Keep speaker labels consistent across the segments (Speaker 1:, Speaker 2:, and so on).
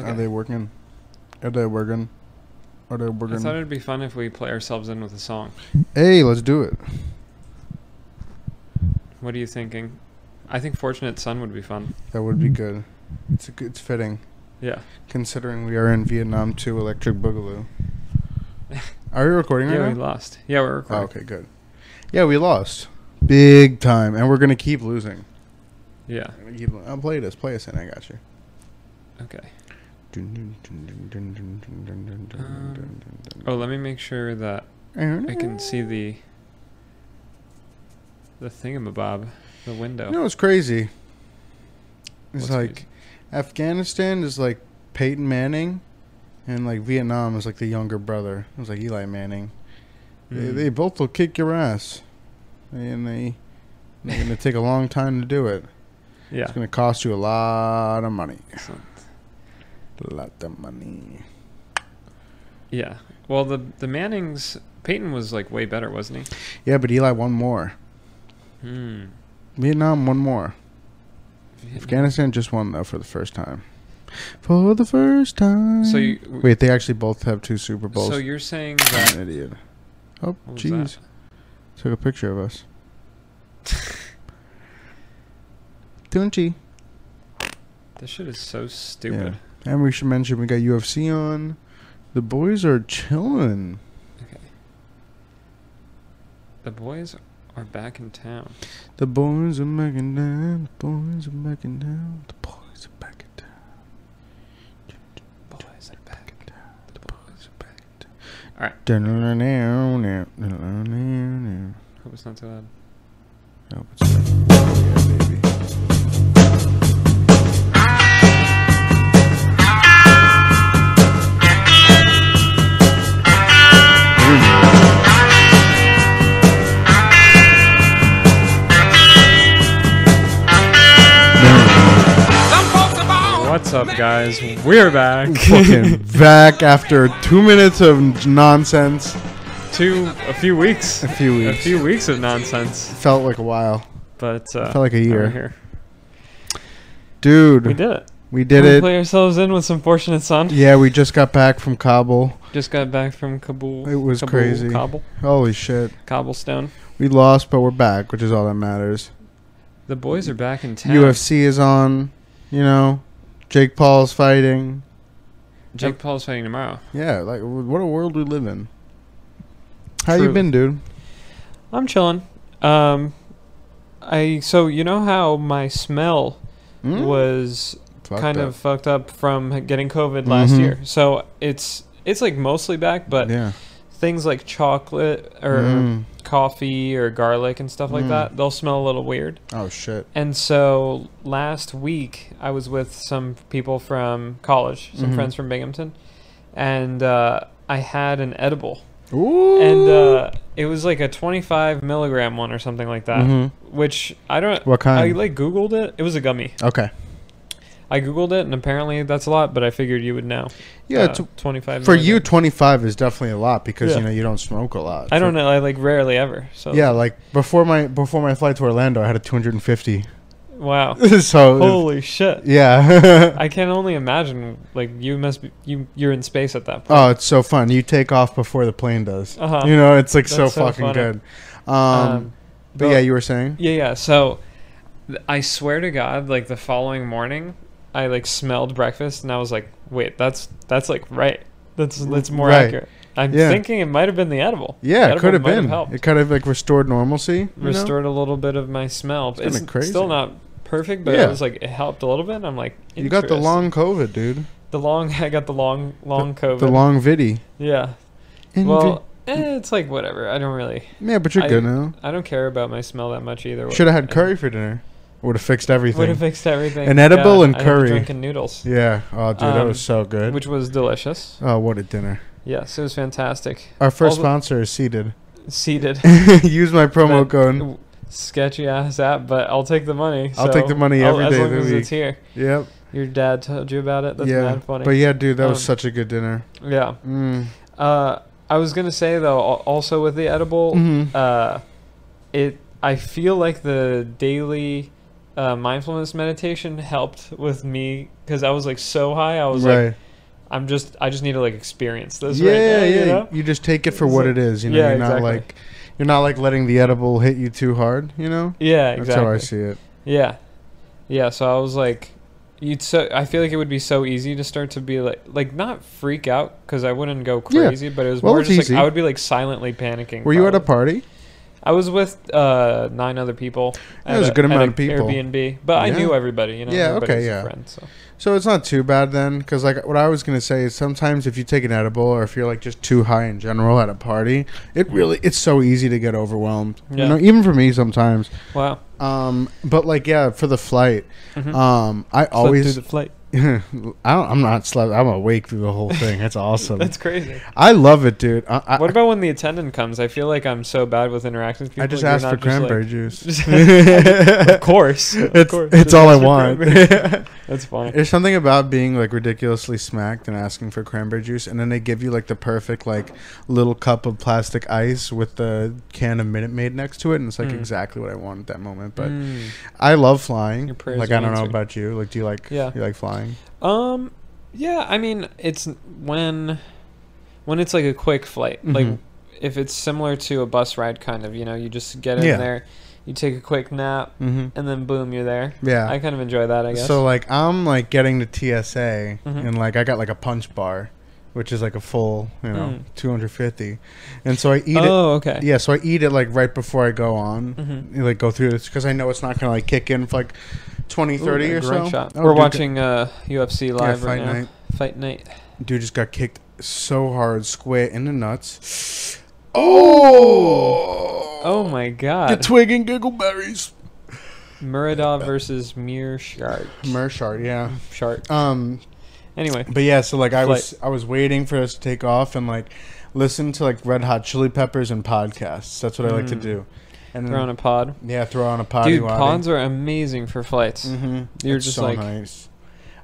Speaker 1: Are they working? Are they working? Are they
Speaker 2: I
Speaker 1: working?
Speaker 2: thought it'd be fun if we play ourselves in with a song.
Speaker 1: hey, let's do it.
Speaker 2: What are you thinking? I think Fortunate Son would be fun.
Speaker 1: That would be good. It's a good, it's fitting
Speaker 2: Yeah.
Speaker 1: considering we are in Vietnam to Electric Boogaloo. Are you recording right
Speaker 2: Yeah, we
Speaker 1: now?
Speaker 2: lost. Yeah, we're
Speaker 1: Oh,
Speaker 2: recording.
Speaker 1: okay, good. Yeah, we lost big time, and we're gonna keep losing.
Speaker 2: Yeah.
Speaker 1: We're gonna keep lo- I'll play this. Play us in. I got you.
Speaker 2: Okay. Oh, let me make sure that Um, I can see the the thingamabob, the window.
Speaker 1: You know what's crazy? It's
Speaker 2: What's
Speaker 1: like
Speaker 2: crazy?
Speaker 1: Afghanistan is like Peyton Manning, and like Vietnam is like the younger brother. It was like Eli Manning. They,
Speaker 2: Mm.
Speaker 1: they both will kick your ass, and they they're gonna take a long time to do it.
Speaker 2: yeah.
Speaker 1: It's gonna cost you a lot of money.
Speaker 2: Excellent.
Speaker 1: A lot of money.
Speaker 2: Yeah. Well, the the Mannings, Peyton was like way better, wasn't
Speaker 1: Yeah, but Eli won more.
Speaker 2: he? Hmm.
Speaker 1: Vietnam won more. Afghanistan just won though for the first time. For the first time.
Speaker 2: So you
Speaker 1: wait, they actually both have two Super Bowls.
Speaker 2: So you're saying
Speaker 1: I'm
Speaker 2: that?
Speaker 1: an idiot. Oh,
Speaker 2: what was
Speaker 1: jeez.
Speaker 2: that?
Speaker 1: Took a picture of us. Tunchi.
Speaker 2: This shit is so stupid.
Speaker 1: And we should mention we got UFC on. The boys are chilling.
Speaker 2: The boys are back in town.
Speaker 1: The boys are back in town. The boys are back in town. The boys are back in town.
Speaker 2: Boys are back.
Speaker 1: in
Speaker 2: The boys are back.
Speaker 1: Dun-dun-dun-dun-dun-dun-dun-dun.
Speaker 2: Hope it's not too loud.
Speaker 1: Oh, it's- yeah, baby.
Speaker 2: What's up, guys? We're back.
Speaker 1: Fucking back after two minutes of nonsense.
Speaker 2: Two, a few weeks,
Speaker 1: A few
Speaker 2: a
Speaker 1: weeks.
Speaker 2: few weeks of nonsense,
Speaker 1: Felt like a while.
Speaker 2: but uh,
Speaker 1: Felt like a
Speaker 2: now we're
Speaker 1: year.
Speaker 2: Here.
Speaker 1: Dude,
Speaker 2: We did it.
Speaker 1: we did
Speaker 2: we
Speaker 1: it.
Speaker 2: Play ourselves in with some fortunate son.
Speaker 1: Yeah, we just got back from Kabul.
Speaker 2: Just got back from Kabul.
Speaker 1: It was
Speaker 2: Kabul,
Speaker 1: crazy.
Speaker 2: Kabul,
Speaker 1: Holy shit.
Speaker 2: cobblestone.
Speaker 1: We lost, but we're back, which is all that matters.
Speaker 2: The boys are back in town.
Speaker 1: UFC is on, you know. Jake Paul's fighting.
Speaker 2: Jake Paul's fighting tomorrow.
Speaker 1: Yeah, like w- what a world we live in. How you
Speaker 2: Truly.
Speaker 1: been, dude?
Speaker 2: I'm chilling. Um, I so you know how my smell
Speaker 1: Mm?
Speaker 2: was
Speaker 1: Fucked
Speaker 2: kind
Speaker 1: up.
Speaker 2: of fucked up from getting COVID last
Speaker 1: Mhm.
Speaker 2: year. So it's it's like mostly back, but er,
Speaker 1: yeah.
Speaker 2: things like chocolate or
Speaker 1: Mm.
Speaker 2: coffee or garlic and stuff like
Speaker 1: Mm.
Speaker 2: that, they'll smell a little weird.
Speaker 1: Oh shit.
Speaker 2: And so last week I was with some people from college, some
Speaker 1: Mhm.
Speaker 2: friends from Binghamton, and uh, I had an edible,
Speaker 1: Ooh.
Speaker 2: and uh, it was like a 25 milligram one or something like that.
Speaker 1: Mhm.
Speaker 2: Which I don't.
Speaker 1: What
Speaker 2: I
Speaker 1: kind?
Speaker 2: like Googled it. It was a gummy.
Speaker 1: okay.
Speaker 2: I Googled it, and apparently that's a lot. But I figured you would know.
Speaker 1: Yeah,
Speaker 2: Uh,
Speaker 1: it's,
Speaker 2: 25
Speaker 1: for
Speaker 2: milligram.
Speaker 1: you 25 is definitely a lot because
Speaker 2: Yeah.
Speaker 1: you know you don't smoke a lot.
Speaker 2: I don't know. I like rarely ever. So
Speaker 1: Yeah, like before my before my flight to Orlando, I had a 250.
Speaker 2: Wow.
Speaker 1: so
Speaker 2: Holy shit.
Speaker 1: yeah.
Speaker 2: I can only imagine. Like you must be you. You're in space at that point.
Speaker 1: Oh, it's so fun. You take off before the plane does.
Speaker 2: Uh-huh.
Speaker 1: You know, it's like so,
Speaker 2: That's so
Speaker 1: fucking
Speaker 2: funny.
Speaker 1: good. Um,
Speaker 2: Um,
Speaker 1: but
Speaker 2: but-
Speaker 1: yeah, you were saying?
Speaker 2: yeah. Yeah. So th- I swear to God, like the following morning, I like smelled breakfast, and I was like, wait, that's that's like right. That's that's more
Speaker 1: Right.
Speaker 2: accurate. I'm
Speaker 1: Yeah.
Speaker 2: thinking it might have been the edible.
Speaker 1: Yeah,
Speaker 2: The
Speaker 1: it could
Speaker 2: edible
Speaker 1: have
Speaker 2: might
Speaker 1: been.
Speaker 2: helped.
Speaker 1: it kind of like restored normalcy. you know?
Speaker 2: restored a little bit of my smell. It's,
Speaker 1: kinda crazy.
Speaker 2: still not perfect, but
Speaker 1: Yeah.
Speaker 2: it was like it helped a little bit. I'm like,
Speaker 1: You got the
Speaker 2: "Interesting."
Speaker 1: long COVID, dude.
Speaker 2: the long. I got the long, long COVID.
Speaker 1: The long viddy.
Speaker 2: yeah. Well, eh, it's like whatever. I don't really.
Speaker 1: yeah, but you're
Speaker 2: I-
Speaker 1: good now.
Speaker 2: I don't care about my smell that much either.
Speaker 1: Should have had curry for dinner. Would have fixed
Speaker 2: Would have
Speaker 1: everything.
Speaker 2: fixed everything.
Speaker 1: An edible and
Speaker 2: I had the
Speaker 1: curry.
Speaker 2: Drinking noodles,
Speaker 1: Yeah. Oh, dude, that
Speaker 2: Um,
Speaker 1: was so good.
Speaker 2: which was delicious.
Speaker 1: oh, what a dinner.
Speaker 2: Yes, it was fantastic.
Speaker 1: Our first
Speaker 2: Also-
Speaker 1: sponsor is seated.
Speaker 2: Seated.
Speaker 1: Use my promo
Speaker 2: That-
Speaker 1: code.
Speaker 2: w- Sketchy ass app, but I'll take the money.
Speaker 1: I'll take
Speaker 2: so
Speaker 1: the money
Speaker 2: I'll-
Speaker 1: every
Speaker 2: as
Speaker 1: day
Speaker 2: long
Speaker 1: of the
Speaker 2: as
Speaker 1: week.
Speaker 2: it's here.
Speaker 1: Yep.
Speaker 2: Your dad told you about it. That's
Speaker 1: yeah.
Speaker 2: mad funny.
Speaker 1: But yeah, dude, that was
Speaker 2: Um,
Speaker 1: such a good dinner.
Speaker 2: yeah.
Speaker 1: Mm.
Speaker 2: Uh, I was gonna say though, al- also with the edible,
Speaker 1: Mhm.
Speaker 2: uh, it I feel like the daily uh, mindfulness meditation helped with me because I was like so high. I was like,
Speaker 1: right.
Speaker 2: I'm just, I just need to like experience this.
Speaker 1: yeah,
Speaker 2: right now,
Speaker 1: yeah.
Speaker 2: You know?
Speaker 1: You just take it for
Speaker 2: It's
Speaker 1: what
Speaker 2: like-
Speaker 1: it is. You know,
Speaker 2: yeah,
Speaker 1: you're not
Speaker 2: exactly.
Speaker 1: like you're not like letting the edible hit you too hard. You know,
Speaker 2: Yeah, exactly.
Speaker 1: that's how I see it.
Speaker 2: Yeah, yeah. So I was like, you'd so I feel like it would be so easy to start to be like, like not freak out because I wouldn't go
Speaker 1: Yeah.
Speaker 2: crazy, but it was
Speaker 1: Well,
Speaker 2: more
Speaker 1: it's
Speaker 2: just
Speaker 1: easy.
Speaker 2: like I would be like silently panicking.
Speaker 1: Were you at a
Speaker 2: probably.
Speaker 1: party?
Speaker 2: I was with uh, nine other people.
Speaker 1: Yeah,
Speaker 2: at
Speaker 1: there's a good
Speaker 2: at
Speaker 1: amount of people.
Speaker 2: Airbnb, but I
Speaker 1: Yeah.
Speaker 2: knew everybody. You know,
Speaker 1: Yeah,
Speaker 2: everybody
Speaker 1: okay,
Speaker 2: was a
Speaker 1: yeah.
Speaker 2: friend, so.
Speaker 1: So it's not too bad then, because like what I was gonna say is sometimes if you take an edible or if you're like just too high in general at a party, it really it's so easy to get overwhelmed.
Speaker 2: Yeah.
Speaker 1: You know, even for me sometimes.
Speaker 2: Wow.
Speaker 1: Um, but like yeah, for the flight,
Speaker 2: Mhm.
Speaker 1: um, I
Speaker 2: Slept
Speaker 1: always
Speaker 2: through the flight.
Speaker 1: I don't, I'm not slept. I'm awake through the whole thing. That's awesome.
Speaker 2: That's crazy.
Speaker 1: I love it, dude. I, I,
Speaker 2: What about when the attendant comes? I feel like I'm so bad with interacting with people.
Speaker 1: I just
Speaker 2: You're
Speaker 1: asked for
Speaker 2: not just like-
Speaker 1: cranberry juice.
Speaker 2: of course. Of
Speaker 1: it's
Speaker 2: course.
Speaker 1: it's
Speaker 2: Just
Speaker 1: all I
Speaker 2: ask for
Speaker 1: want.
Speaker 2: cranberry juice. That's funny.
Speaker 1: There's something about being like ridiculously smacked and asking for cranberry juice, and then they give you like the perfect like little cup of plastic ice with the can of Minute Maid next to it, and it's like
Speaker 2: Mm.
Speaker 1: exactly what I want at that moment. But
Speaker 2: Mm.
Speaker 1: I love flying.
Speaker 2: Your prayers
Speaker 1: Like
Speaker 2: are
Speaker 1: I don't know
Speaker 2: answered.
Speaker 1: about you. Like do you like
Speaker 2: Yeah.
Speaker 1: you like flying?
Speaker 2: Um, yeah. I mean, it's when when it's like a quick flight,
Speaker 1: Mhm.
Speaker 2: like if it's similar to a bus ride, kind of. You know, you just get in
Speaker 1: Yeah.
Speaker 2: there, you take a quick nap,
Speaker 1: Mm-hmm.
Speaker 2: and then boom, you're there.
Speaker 1: Yeah.
Speaker 2: I kind of enjoy that. I guess.
Speaker 1: So like I'm like getting to TSA
Speaker 2: Mhm.
Speaker 1: and like I got like a punch bar, which is like a full you know
Speaker 2: Mm.
Speaker 1: 250, and so I eat it.
Speaker 2: oh, okay.
Speaker 1: Yeah, so I eat it like right before I go on,
Speaker 2: Mhm.
Speaker 1: You, like go through this because I know it's not gonna like kick in for like 20,
Speaker 2: Ooh,
Speaker 1: 30
Speaker 2: a
Speaker 1: or
Speaker 2: grunt
Speaker 1: so.
Speaker 2: shot.
Speaker 1: Oh,
Speaker 2: We're
Speaker 1: dude, got-
Speaker 2: watching uh, UFC
Speaker 1: yeah,
Speaker 2: live
Speaker 1: fight
Speaker 2: right now.
Speaker 1: night.
Speaker 2: Fight night.
Speaker 1: Dude just got kicked so hard, square in the nuts. Oh,
Speaker 2: Oh my
Speaker 1: The
Speaker 2: God.
Speaker 1: twig and giggleberries.
Speaker 2: Muradov versus Mir Shark.
Speaker 1: Mershard, yeah.
Speaker 2: Shark.
Speaker 1: Um,
Speaker 2: Anyway.
Speaker 1: But yeah, so like I was I was waiting for us to take off and like listen to like Red Hot Chili Peppers and podcasts. That's what I like to
Speaker 2: Mm.
Speaker 1: do. And then,
Speaker 2: They're on a pod.
Speaker 1: yeah, throw on a potty.
Speaker 2: Dude, pods are amazing for flights.
Speaker 1: Mm-hmm.
Speaker 2: You're just like-
Speaker 1: nice.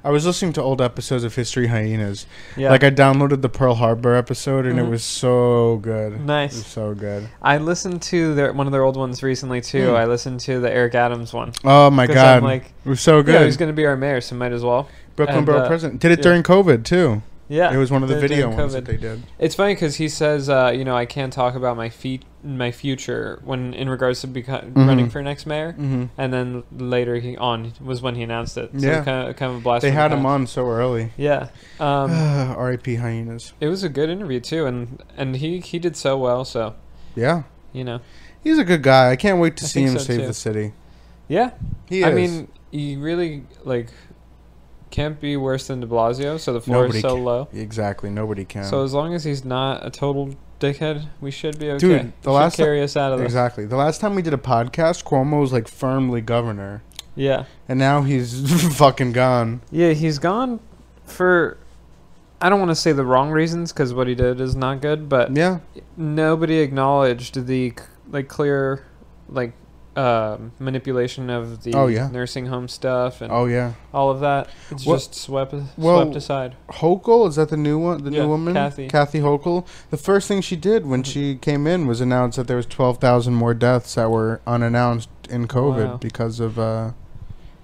Speaker 1: I was listening to old episodes of History Hyenas.
Speaker 2: Yeah.
Speaker 1: Like I downloaded the Pearl Harbor episode and
Speaker 2: Mhm.
Speaker 1: it was so good. It was
Speaker 2: nice.
Speaker 1: so good.
Speaker 2: I listened to their one of their old ones recently too.
Speaker 1: Hmm.
Speaker 2: I listened to the Eric Adams one.
Speaker 1: Oh my
Speaker 2: 'Cause
Speaker 1: god.
Speaker 2: I'm like,
Speaker 1: it was so
Speaker 2: yeah, he's
Speaker 1: good.
Speaker 2: going to be our mayor, so might as well.
Speaker 1: Brooklyn
Speaker 2: and,
Speaker 1: Borough
Speaker 2: uh,
Speaker 1: President did it
Speaker 2: yeah.
Speaker 1: during COVID too.
Speaker 2: Yeah.
Speaker 1: it was one of the
Speaker 2: they're
Speaker 1: video
Speaker 2: doing
Speaker 1: ones
Speaker 2: COVID.
Speaker 1: that they did.
Speaker 2: It's funny because he says, uh, you know, I can't talk about my feet, my future when in regards to beco- running
Speaker 1: Mhm.
Speaker 2: for next mayor.
Speaker 1: Mm-hmm.
Speaker 2: And then later he on was when he announced it. So
Speaker 1: Yeah.
Speaker 2: kind of, kind of a blast.
Speaker 1: They
Speaker 2: from the
Speaker 1: had him
Speaker 2: past.
Speaker 1: on so early.
Speaker 2: Yeah. Um,
Speaker 1: R.I.P. Hyenas.
Speaker 2: it was a good interview too, and and he he did so well. So
Speaker 1: Yeah.
Speaker 2: you know,
Speaker 1: He's a good guy. I can't wait to
Speaker 2: I
Speaker 1: see
Speaker 2: think
Speaker 1: him
Speaker 2: so,
Speaker 1: save
Speaker 2: too.
Speaker 1: the city.
Speaker 2: yeah.
Speaker 1: He is.
Speaker 2: I mean, you really like can't be worse than De Blasio. So the floor
Speaker 1: Nobody
Speaker 2: is so
Speaker 1: can.
Speaker 2: low.
Speaker 1: exactly. Nobody can.
Speaker 2: So as long as he's not a total dickhead, we should be okay.
Speaker 1: Dude,
Speaker 2: He
Speaker 1: the
Speaker 2: should
Speaker 1: last ti-
Speaker 2: carry us out of this.
Speaker 1: exactly. The last time we did a podcast, Cuomo was like firmly governor,
Speaker 2: Yeah,
Speaker 1: and now he's fucking gone.
Speaker 2: yeah. He's gone for. I don't want to say the wrong reasons because what he did is not good, but
Speaker 1: Yeah.
Speaker 2: nobody acknowledged the c- like clear, like um, manipulation of the
Speaker 1: Oh, yeah.
Speaker 2: nursing home stuff and
Speaker 1: Oh yeah.
Speaker 2: all of that. It's
Speaker 1: Well-
Speaker 2: just swept
Speaker 1: well,
Speaker 2: swept aside.
Speaker 1: Hochul is that the new one? The
Speaker 2: Yeah,
Speaker 1: new woman,
Speaker 2: Kathy.
Speaker 1: Kathy Hochul. The first thing she did when
Speaker 2: Mhm.
Speaker 1: she came in was announce that there was twelve thousand more deaths that were unannounced in COVID
Speaker 2: Wow.
Speaker 1: because of uh,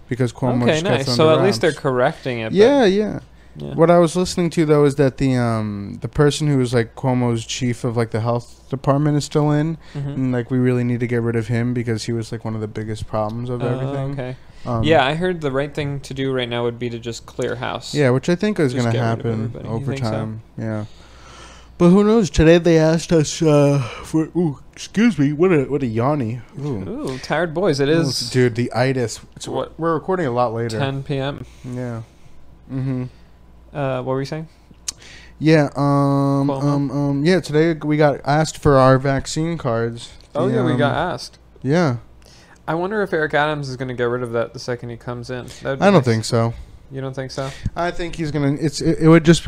Speaker 1: because Cuomo.
Speaker 2: Okay,
Speaker 1: just got
Speaker 2: nice.
Speaker 1: thrown
Speaker 2: So
Speaker 1: under
Speaker 2: at least they're
Speaker 1: wraps.
Speaker 2: correcting it. but-
Speaker 1: Yeah, yeah.
Speaker 2: yeah.
Speaker 1: What I was listening to though is that the um the person who was like Cuomo's chief of like the health department is still in,
Speaker 2: Mhm.
Speaker 1: and like we really need to get rid of him because he was like one of the biggest problems of
Speaker 2: Oh,
Speaker 1: everything.
Speaker 2: okay.
Speaker 1: Um,
Speaker 2: yeah, I heard the right thing to do right now would be to just clear house.
Speaker 1: yeah, which I think is
Speaker 2: Just
Speaker 1: going to
Speaker 2: get rid of
Speaker 1: happen
Speaker 2: everybody. You
Speaker 1: over
Speaker 2: think so?
Speaker 1: time. Yeah, but who knows? Today they asked us uh, for. Ooh, excuse me. What a what a yawny. Ooh.
Speaker 2: Ooh, tired boys. It is
Speaker 1: dude the itis. So
Speaker 2: What?
Speaker 1: We're recording a lot later.
Speaker 2: 10 p.m.
Speaker 1: Yeah. Mm-hmm.
Speaker 2: Uh, what were you saying?
Speaker 1: Yeah, um,
Speaker 2: Cuomo?
Speaker 1: um, um, yeah. Today we got asked for our vaccine cards.
Speaker 2: Oh
Speaker 1: The,
Speaker 2: yeah, we
Speaker 1: um,
Speaker 2: got asked.
Speaker 1: Yeah,
Speaker 2: I wonder if Eric Adams is going to get rid of that the second he comes in. That'd be
Speaker 1: I don't
Speaker 2: nice.
Speaker 1: think so.
Speaker 2: You don't think so?
Speaker 1: I think he's gonna. It's it, it would just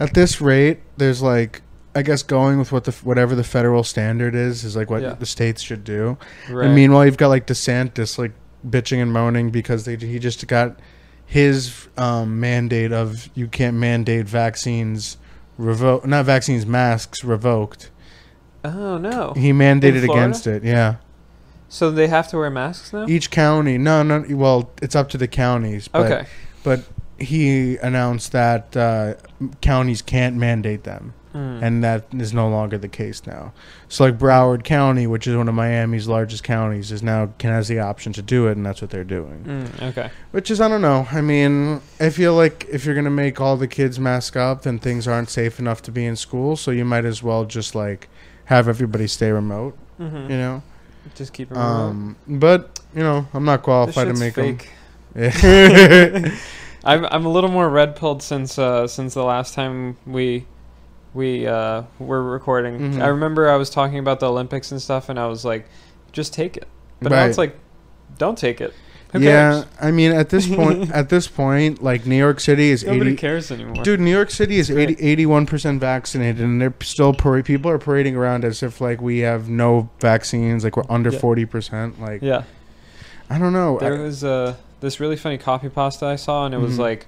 Speaker 1: at this rate. There's like I guess going with what the whatever the federal standard is is like what
Speaker 2: Yeah.
Speaker 1: the states should do.
Speaker 2: Right.
Speaker 1: And meanwhile, you've got like DeSantis like bitching and moaning because they he just got his um, mandate of you can't mandate vaccines revoke not vaccines masks revoked.
Speaker 2: oh no.
Speaker 1: He mandated
Speaker 2: Florida?
Speaker 1: against it. Yeah.
Speaker 2: So they have to wear masks now.
Speaker 1: Each county, no, no. Well, it's up to the counties. But,
Speaker 2: okay.
Speaker 1: But he announced that uh, counties can't mandate them,
Speaker 2: Mm.
Speaker 1: and that is no longer the case now. So, like Broward County, which is one of Miami's largest counties, is now can has the option to do it, and that's what they're doing.
Speaker 2: Mm, okay.
Speaker 1: Which is, I don't know. I mean, I feel like if you're gonna make all the kids mask up, then things aren't safe enough to be in school. So you might as well just like have everybody stay remote.
Speaker 2: hmm
Speaker 1: You know.
Speaker 2: Just keep it remote.
Speaker 1: Um, but you know, I'm not
Speaker 2: This
Speaker 1: qualified to
Speaker 2: shit's
Speaker 1: make them.
Speaker 2: fake.
Speaker 1: Yeah.
Speaker 2: I'm I'm a little more red pilled since uh since the last time we we uh were recording.
Speaker 1: Mhm.
Speaker 2: I remember I was talking about the Olympics and stuff, and I was like, just take it. But now
Speaker 1: Right.
Speaker 2: it's like, don't take it. Who
Speaker 1: yeah,
Speaker 2: cares?
Speaker 1: I mean, at this point, at this point, like New York City is
Speaker 2: Nobody
Speaker 1: 80.
Speaker 2: cares anymore.
Speaker 1: Dude, New York City is
Speaker 2: It's great.
Speaker 1: 80, 81% vaccinated, and they're still par- people are parading around as if like we have no vaccines, like we're under
Speaker 2: Yeah.
Speaker 1: 40%. Like
Speaker 2: Yeah.
Speaker 1: I don't know.
Speaker 2: There was uh, this really funny copy pasta I saw, and it was
Speaker 1: Mhm.
Speaker 2: like,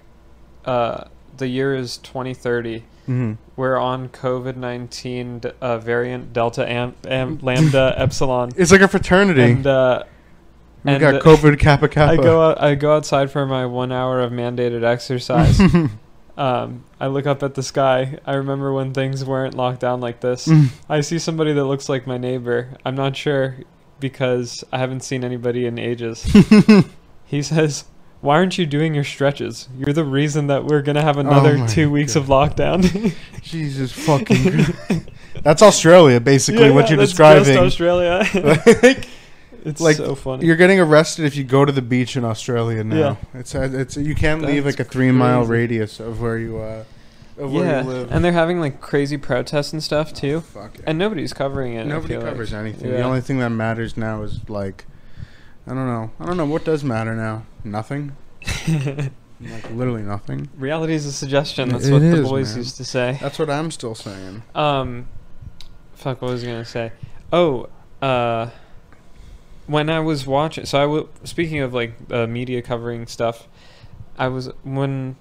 Speaker 2: uh, the year is 2030.
Speaker 1: hmm
Speaker 2: We're on COVID 19 uh, variant Delta am- am- Lambda Epsilon.
Speaker 1: It's like a fraternity.
Speaker 2: And, uh,
Speaker 1: we
Speaker 2: and,
Speaker 1: got
Speaker 2: uh,
Speaker 1: COVID Kappa Kappa.
Speaker 2: I go out, I go outside for my one hour of mandated exercise. um, I look up at the sky. I remember when things weren't locked down like this.
Speaker 1: Mm.
Speaker 2: I see somebody that looks like my neighbor. I'm not sure because I haven't seen anybody in ages. He says, "Why aren't you doing your stretches? You're the reason that we're gonna have another
Speaker 1: Oh my
Speaker 2: two weeks of lockdown."
Speaker 1: Jesus fucking. Christ. That's Australia, basically,
Speaker 2: Yeah,
Speaker 1: what
Speaker 2: yeah,
Speaker 1: you're
Speaker 2: that's
Speaker 1: describing.
Speaker 2: Just Australia.
Speaker 1: Like,
Speaker 2: it's
Speaker 1: like,
Speaker 2: so funny.
Speaker 1: You're getting arrested if you go to the beach in Australia now.
Speaker 2: Yeah.
Speaker 1: It's uh, it's you can't leave
Speaker 2: That's
Speaker 1: like a three mile
Speaker 2: crazy.
Speaker 1: radius of where you uh of where
Speaker 2: yeah,
Speaker 1: you live.
Speaker 2: and they're having like crazy protests and stuff too,
Speaker 1: Fuck it.
Speaker 2: and nobody's covering it. I
Speaker 1: Nobody
Speaker 2: feel like.
Speaker 1: covers anything. The
Speaker 2: Yeah.
Speaker 1: only thing that matters now is like I don't know. I don't know what does matter now. Nothing. like literally nothing.
Speaker 2: Reality is a suggestion. That's
Speaker 1: It
Speaker 2: what the
Speaker 1: is,
Speaker 2: boys
Speaker 1: man.
Speaker 2: used to say.
Speaker 1: That's what I'm still saying.
Speaker 2: Um, fuck, what was I gonna say? Oh, uh, when I was watching, so I was speaking of like uh, media covering stuff. I was when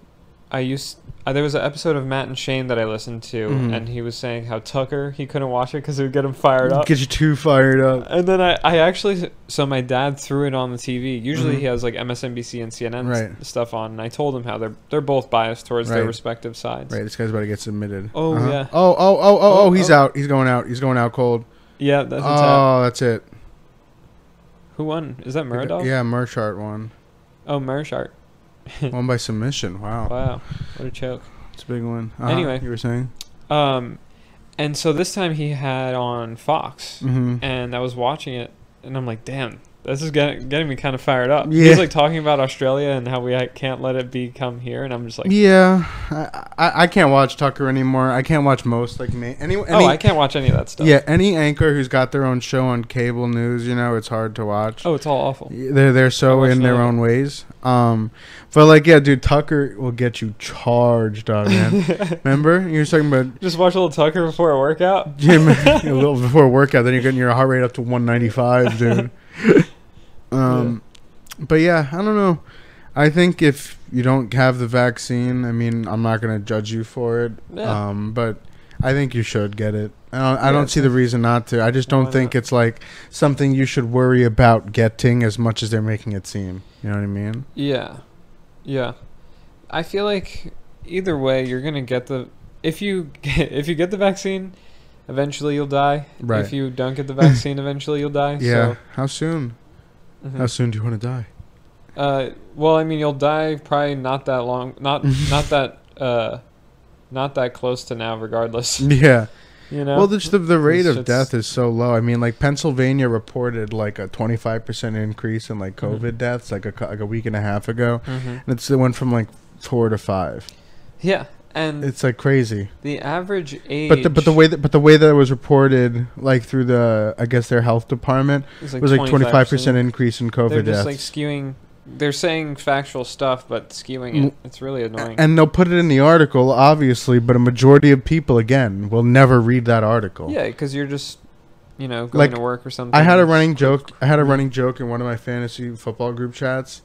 Speaker 2: I used uh, there was an episode of Matt and Shane that I listened to,
Speaker 1: Mhm.
Speaker 2: and he was saying how Tucker he couldn't watch it because it would get him fired up.
Speaker 1: Get you too fired up.
Speaker 2: And then I, I actually so my dad threw it on the TV. Usually
Speaker 1: Mhm.
Speaker 2: he has like MSNBC and CNN
Speaker 1: Right.
Speaker 2: s- stuff on, and I told him how they're they're both biased towards their
Speaker 1: Right.
Speaker 2: respective sides.
Speaker 1: Right, this guy's about to get submitted.
Speaker 2: Oh, yeah.
Speaker 1: Oh oh oh oh
Speaker 2: Oh,
Speaker 1: oh he's
Speaker 2: oh.
Speaker 1: out. He's going out. He's going out cold.
Speaker 2: Yeah, that's a tap.
Speaker 1: oh, that's it.
Speaker 2: Who won? Is that Murdoch?
Speaker 1: Yeah, Merchart won.
Speaker 2: Oh, Mershart.
Speaker 1: won by submission. Wow.
Speaker 2: Wow, what a joke.
Speaker 1: It's a big one. Uh-huh.
Speaker 2: Anyway.
Speaker 1: you were saying?
Speaker 2: Um, and so this time he had on Fox,
Speaker 1: Mm-hmm.
Speaker 2: and I was watching it, and I'm like, damn, this is getting getting me kind of fired up.
Speaker 1: Yeah.
Speaker 2: He's like talking about Australia and how we like, can't let it become here, and I'm just like,
Speaker 1: yeah, I, I I can't watch Tucker anymore. I can't watch most like me. Any, any
Speaker 2: oh, I can't watch any of that stuff.
Speaker 1: yeah, any anchor who's got their own show on cable news, you know, it's hard to watch.
Speaker 2: Oh, it's all awful.
Speaker 1: They're they're
Speaker 2: I
Speaker 1: so
Speaker 2: watch
Speaker 1: in their
Speaker 2: that.
Speaker 1: own ways. Um, but like yeah, dude, Tucker will get you charged, dog, man. Remember you were talking about
Speaker 2: Just watch a little Tucker before a workout.
Speaker 1: gym a little before a workout, then you're getting your heart rate up to 195, dude. um, but yeah, I don't know. I think if you don't have the vaccine, I mean, I'm not gonna judge you for it.
Speaker 2: Yeah.
Speaker 1: Um, but I think you should get it. I don't, I
Speaker 2: Yeah,
Speaker 1: don't
Speaker 2: it's
Speaker 1: see the reason not to. I just don't
Speaker 2: Why
Speaker 1: think
Speaker 2: not?
Speaker 1: it's like something you should worry about getting as much as they're making it seem. You know what I mean?
Speaker 2: Yeah. Yeah. I feel like either way you're going to get the if you get, if you get the vaccine eventually you'll die.
Speaker 1: Right.
Speaker 2: If you don't get the vaccine eventually you'll die.
Speaker 1: Yeah. Mm-hmm. How soon?
Speaker 2: So, mhm.
Speaker 1: How soon do you want to die?
Speaker 2: uh well I mean you'll die probably not that long not not that uh not that close to now regardless,
Speaker 1: Yeah.
Speaker 2: you know.
Speaker 1: Mm. Well, just the, the rate
Speaker 2: It's-
Speaker 1: of
Speaker 2: it's-
Speaker 1: death is so low. I mean, like Pennsylvania reported like a 25% increase in like
Speaker 2: Mhm.
Speaker 1: COVID deaths like a, cou- like a week and a half ago.
Speaker 2: Mhm.
Speaker 1: And it's, it went from like four to five.
Speaker 2: Yeah. And
Speaker 1: It's like crazy.
Speaker 2: the average age
Speaker 1: But the, but the way that but the way that it was reported like through the I guess their health department
Speaker 2: is
Speaker 1: was like 25% increase in
Speaker 2: They're
Speaker 1: COVID
Speaker 2: just
Speaker 1: deaths.
Speaker 2: like skewing they're saying factual stuff but skewing
Speaker 1: Mm.
Speaker 2: it. It's really annoying.
Speaker 1: and they'll put it in the article, obviously, but a majority of people, again, will never read that article.
Speaker 2: Yeah, because you're just, you know, going
Speaker 1: Like,
Speaker 2: to work or something.
Speaker 1: I had a
Speaker 2: It's-
Speaker 1: running joke. I had a running joke in one of my fantasy football group chats,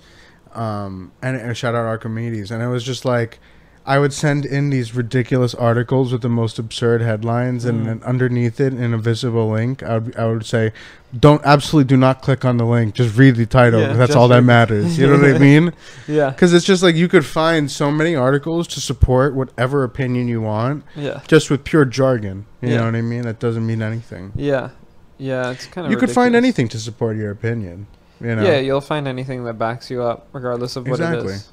Speaker 1: um, and, and shout out Archimedes, and it was just like, I would send in these ridiculous articles with the most absurd headlines, and
Speaker 2: Mm.
Speaker 1: then underneath it, in a visible link, I would, I would say, "Don't absolutely do not click on the link. Just read the title.
Speaker 2: Yeah,
Speaker 1: That's
Speaker 2: just
Speaker 1: all that
Speaker 2: read-
Speaker 1: matters." You know what I mean?
Speaker 2: Yeah.
Speaker 1: Because it's just like you could find so many articles to support whatever opinion you want,
Speaker 2: Yeah.
Speaker 1: just with pure jargon. You
Speaker 2: Yeah.
Speaker 1: know what I mean? That doesn't mean anything.
Speaker 2: Yeah. Yeah. It's kind of.
Speaker 1: you could find anything to support your opinion. You know?
Speaker 2: Yeah, you'll find anything that backs you up, regardless of what
Speaker 1: Exactly.
Speaker 2: it is.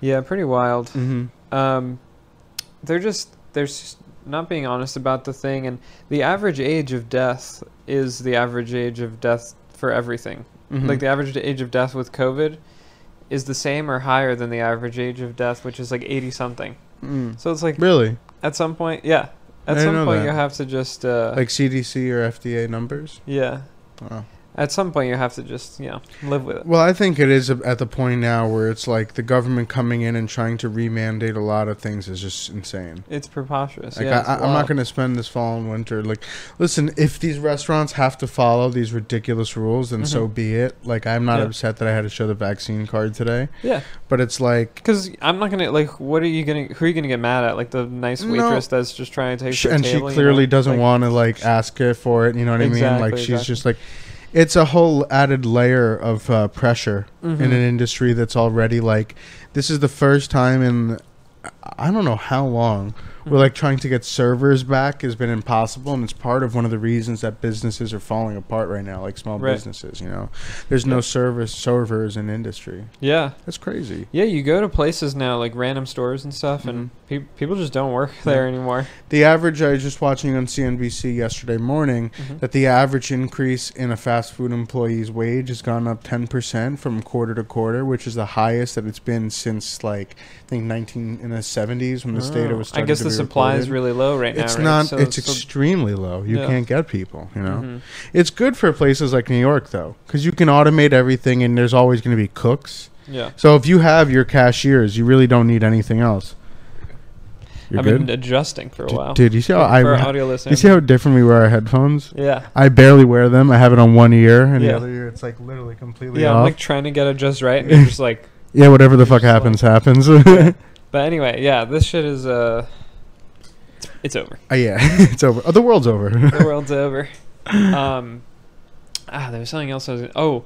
Speaker 2: Yeah, pretty wild.
Speaker 1: Mm-hmm.
Speaker 2: Um, they're just they're s not being honest about the thing, and the average age of death is the average age of death for everything.
Speaker 1: Mm-hmm.
Speaker 2: Like the average age of death with COVID is the same or higher than the average age of death, which is like eighty something.
Speaker 1: Mm.
Speaker 2: So it's like
Speaker 1: Really?
Speaker 2: at some point, yeah,
Speaker 1: I
Speaker 2: at
Speaker 1: didn't
Speaker 2: some
Speaker 1: know
Speaker 2: point
Speaker 1: that.
Speaker 2: you have to just uh,
Speaker 1: Like CDC or FDA numbers?
Speaker 2: yeah.
Speaker 1: Wow.
Speaker 2: At some point you have to just you know live with it.
Speaker 1: Well, I think it is at the point now where it's like the government coming in and trying to remandate a lot of things is just insane.
Speaker 2: It's preposterous.
Speaker 1: Like
Speaker 2: yeah, it's
Speaker 1: I, I, I'm not
Speaker 2: wild.
Speaker 1: going to spend this fall and winter. Like, listen, if these restaurants have to follow these ridiculous rules, then so be it. Like, I'm not
Speaker 2: Mm-hmm. Yeah.
Speaker 1: upset that I had to show the vaccine card today,
Speaker 2: Yeah.
Speaker 1: but it's like,
Speaker 2: Because I'm not gonna like. What are you gonna? Who are you gonna get mad at? Like the nice
Speaker 1: No.
Speaker 2: waitress that's just trying to take.
Speaker 1: sh-
Speaker 2: their
Speaker 1: and she
Speaker 2: table, you know?
Speaker 1: clearly doesn't
Speaker 2: Like,
Speaker 1: want to like ask her for it. You know what I mean? Like,
Speaker 2: Exactly,
Speaker 1: she's
Speaker 2: exactly.
Speaker 1: just like, it's a whole added layer of uh, pressure in an
Speaker 2: mhm.
Speaker 1: industry that's already like this is the first time in I don't know how long
Speaker 2: Mm-hmm.
Speaker 1: where like trying to get servers back has been impossible and it's part of one of the reasons that businesses are falling apart right now like small
Speaker 2: Right.
Speaker 1: businesses you know there's no
Speaker 2: Yeah.
Speaker 1: service servers in industry
Speaker 2: Yeah,
Speaker 1: that's crazy
Speaker 2: yeah. You go to places now like random stores and stuff, and pe- people just don't work
Speaker 1: Mm-hmm. Yeah.
Speaker 2: there anymore.
Speaker 1: the average I was just watching on CNBC yesterday morning
Speaker 2: Mhm.
Speaker 1: that the average increase in a fast food employee's wage has gone up 10% from quarter to quarter which is the highest that it's been since like I think 19 in the 70s when the data
Speaker 2: Oh,
Speaker 1: was
Speaker 2: I
Speaker 1: starting
Speaker 2: guess
Speaker 1: to
Speaker 2: the
Speaker 1: be
Speaker 2: supply
Speaker 1: reported.
Speaker 2: is really low right now.
Speaker 1: it's
Speaker 2: right?
Speaker 1: not
Speaker 2: So-
Speaker 1: it's
Speaker 2: so-
Speaker 1: extremely low you
Speaker 2: Yeah.
Speaker 1: can't get people you know
Speaker 2: mhm.
Speaker 1: it's good for places like new york though because you can automate everything and there's always going to be cooks
Speaker 2: Yeah,
Speaker 1: so if you have your cashiers you really don't need anything else you're
Speaker 2: I've
Speaker 1: good
Speaker 2: been adjusting for a
Speaker 1: D-
Speaker 2: while.
Speaker 1: dude you see how
Speaker 2: for our
Speaker 1: i
Speaker 2: audio
Speaker 1: you
Speaker 2: listeners.
Speaker 1: see how different we wear our headphones
Speaker 2: yeah,
Speaker 1: i barely wear them i have it on one ear and the
Speaker 2: Yeah.
Speaker 1: other ear it's like literally completely
Speaker 2: yeah. I'm
Speaker 1: off
Speaker 2: like trying to get it just right, and you're just like.
Speaker 1: yeah whatever the fuck
Speaker 2: just like-
Speaker 1: happens happens
Speaker 2: But anyway, yeah, this shit is uh, it's, it's over.
Speaker 1: Uh, yeah it's over oh, the world's over
Speaker 2: the world's over. Um, ah, there was something else I was. Oh,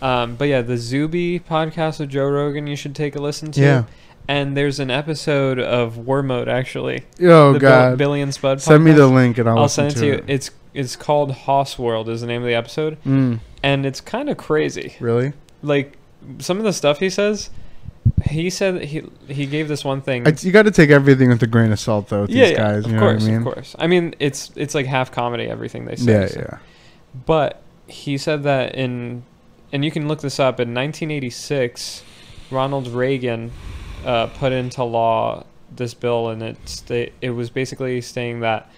Speaker 2: um, but yeah, the Zuby podcast with Joe Rogan you should take a listen to.
Speaker 1: yeah
Speaker 2: And there's an episode of War Mode actually.
Speaker 1: oh
Speaker 2: the Bill-
Speaker 1: god
Speaker 2: Billy and Spud.
Speaker 1: send me the
Speaker 2: podcast.
Speaker 1: link and i'll,
Speaker 2: I'll,
Speaker 1: listen
Speaker 2: send it to you. It's it's called Hoss World is the name of the episode,
Speaker 1: Mm,
Speaker 2: and it's kind of crazy.
Speaker 1: really
Speaker 2: Like some of the stuff he says. He said that he he gave this one thing.
Speaker 1: I, you got to take everything with a grain of salt, though. With
Speaker 2: Mm. yeah,
Speaker 1: these
Speaker 2: yeah,
Speaker 1: guys,
Speaker 2: of
Speaker 1: you know
Speaker 2: course,
Speaker 1: what I mean?
Speaker 2: of course. I mean, it's it's like half comedy everything they say.
Speaker 1: Yeah,
Speaker 2: so-
Speaker 1: yeah.
Speaker 2: But he said that in, and you can look this up, in 1986, Ronald Reagan uh, put into law this bill, and it, sta- it was basically saying that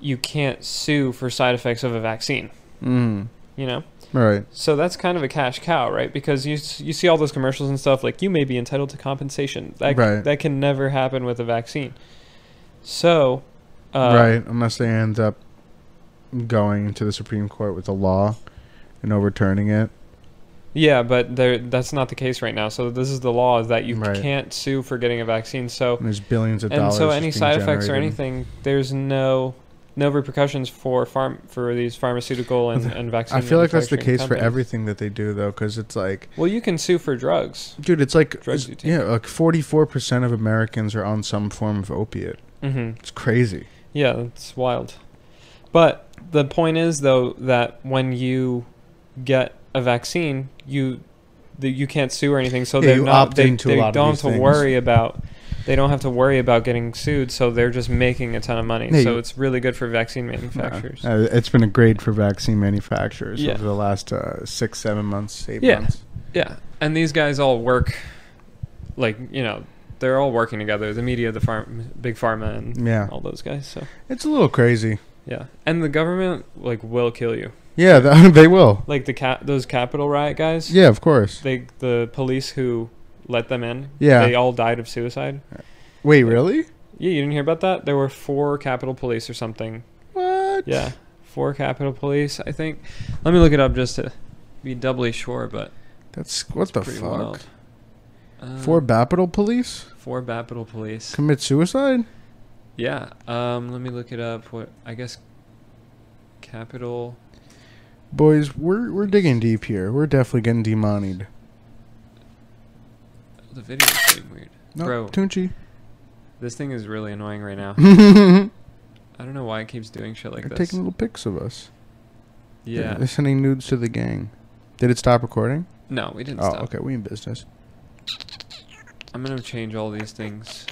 Speaker 2: you can't sue for side effects of a vaccine,
Speaker 1: Mm.
Speaker 2: you know?
Speaker 1: All right.
Speaker 2: So that's kind of a cash cow, right? Because you, s- you see all those commercials and stuff like, you may be entitled to compensation. That, c-
Speaker 1: Right.
Speaker 2: that can never happen with a vaccine. So. Uh,
Speaker 1: right. Unless they end up going to the Supreme Court with a law and overturning it.
Speaker 2: Yeah, but there, that's not the case right now. So this is the law is that you
Speaker 1: Right.
Speaker 2: can't sue for getting a vaccine. So
Speaker 1: And there's billions of
Speaker 2: and
Speaker 1: dollars.
Speaker 2: so
Speaker 1: just
Speaker 2: any
Speaker 1: being
Speaker 2: side effects or
Speaker 1: generated.
Speaker 2: anything, there's no no repercussions for farm for these pharmaceutical and, and vaccine.
Speaker 1: I feel like that's the
Speaker 2: manufacturing
Speaker 1: case for
Speaker 2: companies.
Speaker 1: everything that they do, though, because it's like,
Speaker 2: Well, you can sue for drugs.
Speaker 1: dude, it's like,
Speaker 2: Drugs you
Speaker 1: it's-
Speaker 2: take.
Speaker 1: yeah, like 44% of Americans are on some form of opiate.
Speaker 2: hmm
Speaker 1: It's crazy.
Speaker 2: Yeah, that's wild. But the point is though that when you get a vaccine, you the, you can't sue or anything. So
Speaker 1: Yeah,
Speaker 2: they're
Speaker 1: you
Speaker 2: not
Speaker 1: opt
Speaker 2: they,
Speaker 1: into a
Speaker 2: they
Speaker 1: lot of
Speaker 2: don't have
Speaker 1: these
Speaker 2: to
Speaker 1: things.
Speaker 2: worry about they don't have to worry about getting sued. So they're just making a ton of money.
Speaker 1: Yeah,
Speaker 2: so
Speaker 1: you-
Speaker 2: it's really good for vaccine
Speaker 1: Yeah.
Speaker 2: manufacturers.
Speaker 1: Uh, it's been a grade for vaccine manufacturers
Speaker 2: Yeah.
Speaker 1: over the last uh, six, seven months, eight
Speaker 2: Yeah.
Speaker 1: months.
Speaker 2: Yeah, and these guys all work, like you know, they're all working together. The media, the farm, big pharma, and
Speaker 1: Yeah.
Speaker 2: all those guys. So
Speaker 1: It's a little crazy.
Speaker 2: yeah, and the government like will kill you.
Speaker 1: Yeah, th- they will.
Speaker 2: Like the cat, those Capitol riot guys.
Speaker 1: Yeah, of course.
Speaker 2: They the police who let them in.
Speaker 1: Yeah.
Speaker 2: They all died of suicide.
Speaker 1: Wait, really?
Speaker 2: Yeah, you didn't hear about that? There were four Capitol police or something.
Speaker 1: What?
Speaker 2: Yeah, four Capitol police. I think. Let me look it up just to be doubly sure, but
Speaker 1: That's what the
Speaker 2: pretty
Speaker 1: fuck.
Speaker 2: wild. Uh,
Speaker 1: Four Bapidal police
Speaker 2: four Bapidal police.
Speaker 1: commit suicide.
Speaker 2: Yeah. Um. Let me look it up. What I guess. Capital.
Speaker 1: Boys, we're we're digging deep here. We're definitely getting demonied.
Speaker 2: The video is getting weird.
Speaker 1: No,
Speaker 2: Bro.
Speaker 1: Tunchi.
Speaker 2: This thing is really annoying right now.
Speaker 1: They're
Speaker 2: I don't know why it keeps doing shit like this.
Speaker 1: taking little pics of us.
Speaker 2: yeah.
Speaker 1: They're sending nudes to the gang. Did it stop recording?
Speaker 2: No, we didn't
Speaker 1: oh,
Speaker 2: stop.
Speaker 1: okay. We in business.
Speaker 2: I'm gonna change all these things.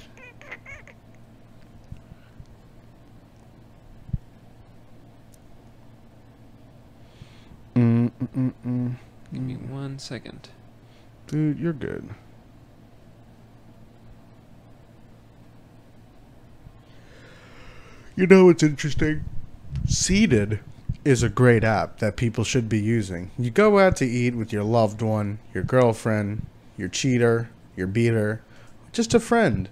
Speaker 1: Mm, mm, mm, mm.
Speaker 2: Give me one second.
Speaker 1: Dude, you're good. You know what's interesting? Seated is a great app that people should be using. You go out to eat with your loved one, your girlfriend, your cheater, your beater, just a friend.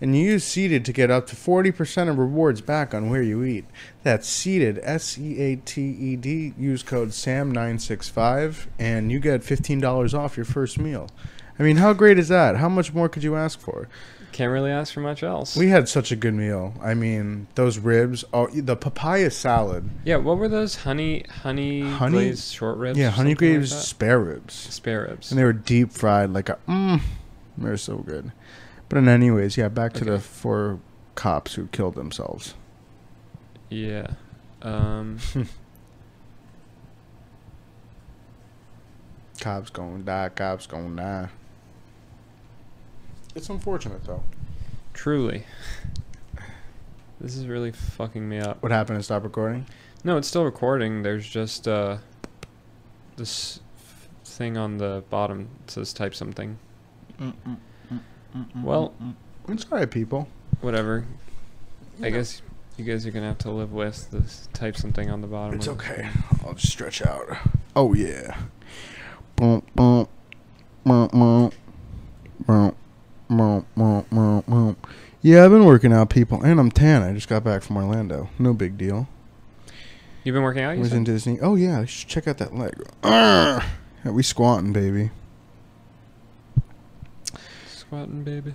Speaker 1: And you use Seated to get up to 40% of rewards back on where you eat. That's Seated, S E A T E D. Use code SAM965 and you get $15 off your first meal. I mean, how great is that? How much more could you ask for?
Speaker 2: Can't really ask for much else.
Speaker 1: We had such a good meal. I mean, those ribs. Oh, the papaya salad.
Speaker 2: yeah. What were those honey honey,
Speaker 1: Honey-
Speaker 2: glazed short ribs?
Speaker 1: yeah,
Speaker 2: or
Speaker 1: honey
Speaker 2: something like
Speaker 1: graves
Speaker 2: that?
Speaker 1: spare ribs,
Speaker 2: spare ribs.
Speaker 1: and they were deep fried. Like a mmm, they're so good. But in anyways, yeah, back to the
Speaker 2: Okay.
Speaker 1: four cops who killed themselves.
Speaker 2: Yeah. Um.
Speaker 1: Cops gonna die. Cops gonna die. It's unfortunate though.
Speaker 2: Truly. This is really fucking me up.
Speaker 1: What happened? to stop recording.
Speaker 2: No, it's still recording. There's just uh, this f- thing on the bottom that says type something. Well,
Speaker 1: It's alright, people.
Speaker 2: whatever. I
Speaker 1: Yeah.
Speaker 2: guess you guys are gonna have to live with this type something on the bottom.
Speaker 1: It's
Speaker 2: of it.
Speaker 1: okay. I'll just stretch out. Oh yeah. Boom, boom, boom, boom, boom, boom, boom, boom, boom. Yeah, I've been working out, people, and I'm tan. I just got back from Orlando. No big deal.
Speaker 2: You've been working out. You
Speaker 1: was in
Speaker 2: said?
Speaker 1: Disney. Oh yeah, I should check out that leg. Arrgh! Yeah, we squatting, baby.
Speaker 2: Squatting, baby.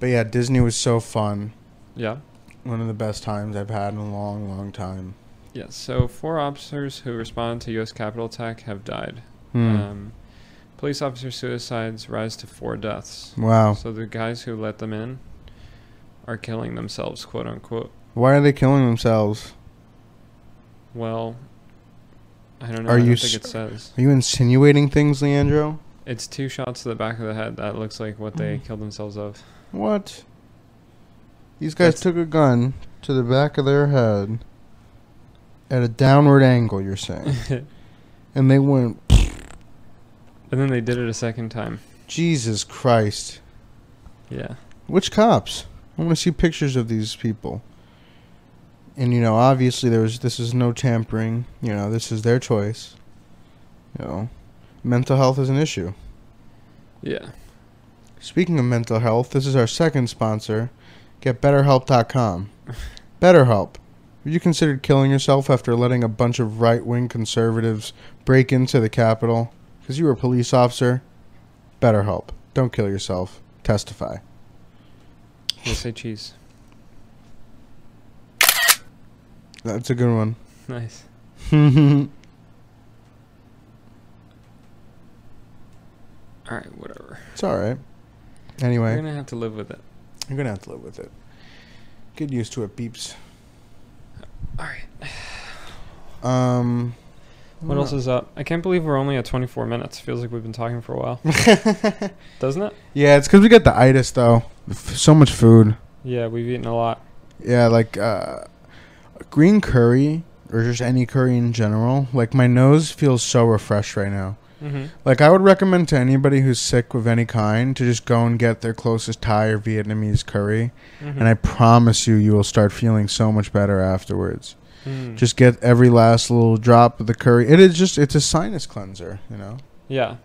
Speaker 1: But yeah, Disney was so fun.
Speaker 2: Yeah.
Speaker 1: One of the best times I've had in a long, long time.
Speaker 2: Yeah. So four officers who responded to U.S. Capitol attack have died.
Speaker 1: Hmm.
Speaker 2: Um, police officer suicides rise to four deaths.
Speaker 1: wow.
Speaker 2: So the guys who let them in are killing themselves, quote unquote.
Speaker 1: Why are they killing themselves?
Speaker 2: Well, I don't know.
Speaker 1: Are
Speaker 2: I
Speaker 1: you
Speaker 2: don't think
Speaker 1: s-
Speaker 2: it says.
Speaker 1: Are you insinuating things, Leandro?
Speaker 2: It's two shots to the back of the head. That looks like what
Speaker 1: Hmm.
Speaker 2: they killed themselves of.
Speaker 1: What? These guys
Speaker 2: That's-
Speaker 1: took a gun to the back of their head at a downward angle, you're saying.
Speaker 2: and
Speaker 1: and they went,
Speaker 2: then they did it a second time.
Speaker 1: Jesus Christ.
Speaker 2: Yeah.
Speaker 1: Which cops? I want to see pictures of these people. And, you know, obviously, there was this is no tampering. You know, this is their choice. You know, mental health is an issue.
Speaker 2: Yeah.
Speaker 1: Speaking of mental health, this is our second sponsor, getbetterhelp.com. BetterHelp. Have you considered killing yourself after letting a bunch of right wing conservatives break into the Capitol? Because you were a police officer? BetterHelp. Don't kill yourself. Testify.
Speaker 2: We'll say cheese.
Speaker 1: That's a good one.
Speaker 2: Nice.
Speaker 1: Why
Speaker 2: All right. Whatever.
Speaker 1: It's alright.
Speaker 2: We're
Speaker 1: Anyway,
Speaker 2: gonna have to live with it.
Speaker 1: you're going to have to live with it. Get used to it, beeps.
Speaker 2: All right.
Speaker 1: Um.
Speaker 2: What else is up? I can't believe we're only at 24 minutes. Feels like we've been talking for a while, doesn't it?
Speaker 1: yeah, it's because we got the itis, though. F- so much food.
Speaker 2: Yeah, we've eaten a lot.
Speaker 1: Yeah, like uh, green curry or just any curry in general. Like my nose feels so refreshed right now.
Speaker 2: Mm-hmm.
Speaker 1: Like I would recommend to anybody who's sick of any kind to just go and get their closest Thai or Vietnamese curry, and I promise you, you will start feeling so much better afterwards. Just get every last little drop of the curry. It is just it's a sinus cleanser, you know.
Speaker 2: yeah,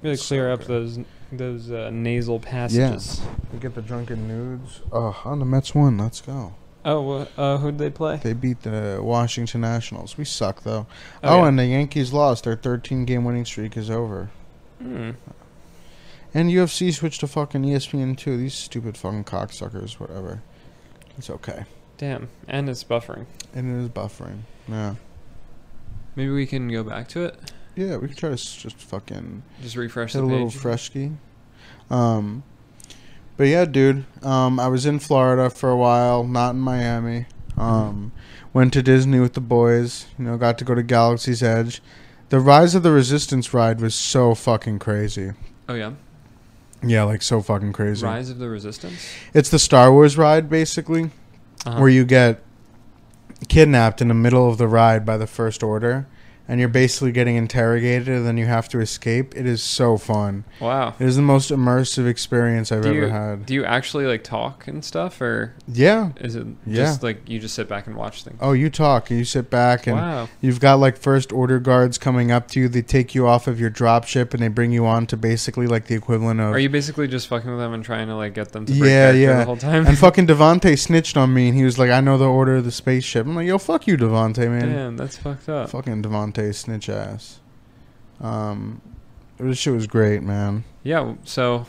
Speaker 2: really
Speaker 1: So
Speaker 2: clear up
Speaker 1: good.
Speaker 2: those those uh, nasal passages.
Speaker 1: You get the drunken nudes. Oh, on the Mets one. Let's go.
Speaker 2: Oh, wh- uh, who'd they play?
Speaker 1: They beat the Washington Nationals. We suck though. Oh,
Speaker 2: Oh, yeah. Hmm.
Speaker 1: and the Yankees lost. Their 13 game winning streak is over.
Speaker 2: Mm.
Speaker 1: And UFC switched to fucking E ESPN too. These stupid fucking cocksuckers, whatever. It's okay.
Speaker 2: Damn, and it's buffering.
Speaker 1: And it is buffering. Yeah.
Speaker 2: Maybe we can go back to it.
Speaker 1: Yeah, we can try to s- just fucking
Speaker 2: Just refresh
Speaker 1: hit
Speaker 2: the
Speaker 1: a
Speaker 2: page.
Speaker 1: little fresky. Um, but yeah, dude. Um, I was in Florida for a while, not in Miami. Um, went to Disney with the boys. You know, got to go to Galaxy's Edge. The Rise of the Resistance ride was so fucking crazy.
Speaker 2: oh yeah,
Speaker 1: Yeah, like so fucking crazy.
Speaker 2: Rise of the Resistance.
Speaker 1: It's the Star Wars ride, basically,
Speaker 2: Uh-huh.
Speaker 1: where you get kidnapped in the middle of the ride by the First Order, and you're basically getting interrogated, and then you have to escape. It is so fun.
Speaker 2: wow.
Speaker 1: It is the most immersive experience I've
Speaker 2: Do
Speaker 1: ever
Speaker 2: you-
Speaker 1: had.
Speaker 2: Do you actually like talk and stuff, or
Speaker 1: Yeah.
Speaker 2: is it
Speaker 1: Yeah.
Speaker 2: just like you just sit back and watch things?
Speaker 1: Oh, you talk and you sit back and
Speaker 2: wow.
Speaker 1: you've got like first order guards coming up to you. They take you off of your drop ship and they bring you on to basically like the equivalent of
Speaker 2: Are you basically just fucking with them and trying to like get them to break
Speaker 1: Yeah,
Speaker 2: character
Speaker 1: yeah.
Speaker 2: the whole time?
Speaker 1: And fucking Devante snitched on me and he was like, "I know the order of the spaceship." I'm like, "Yo, fuck you, Devante, man."
Speaker 2: Damn, that's fucked up.
Speaker 1: Fucking Devante snitch ass. Um this shit was great, man.
Speaker 2: Yeah, so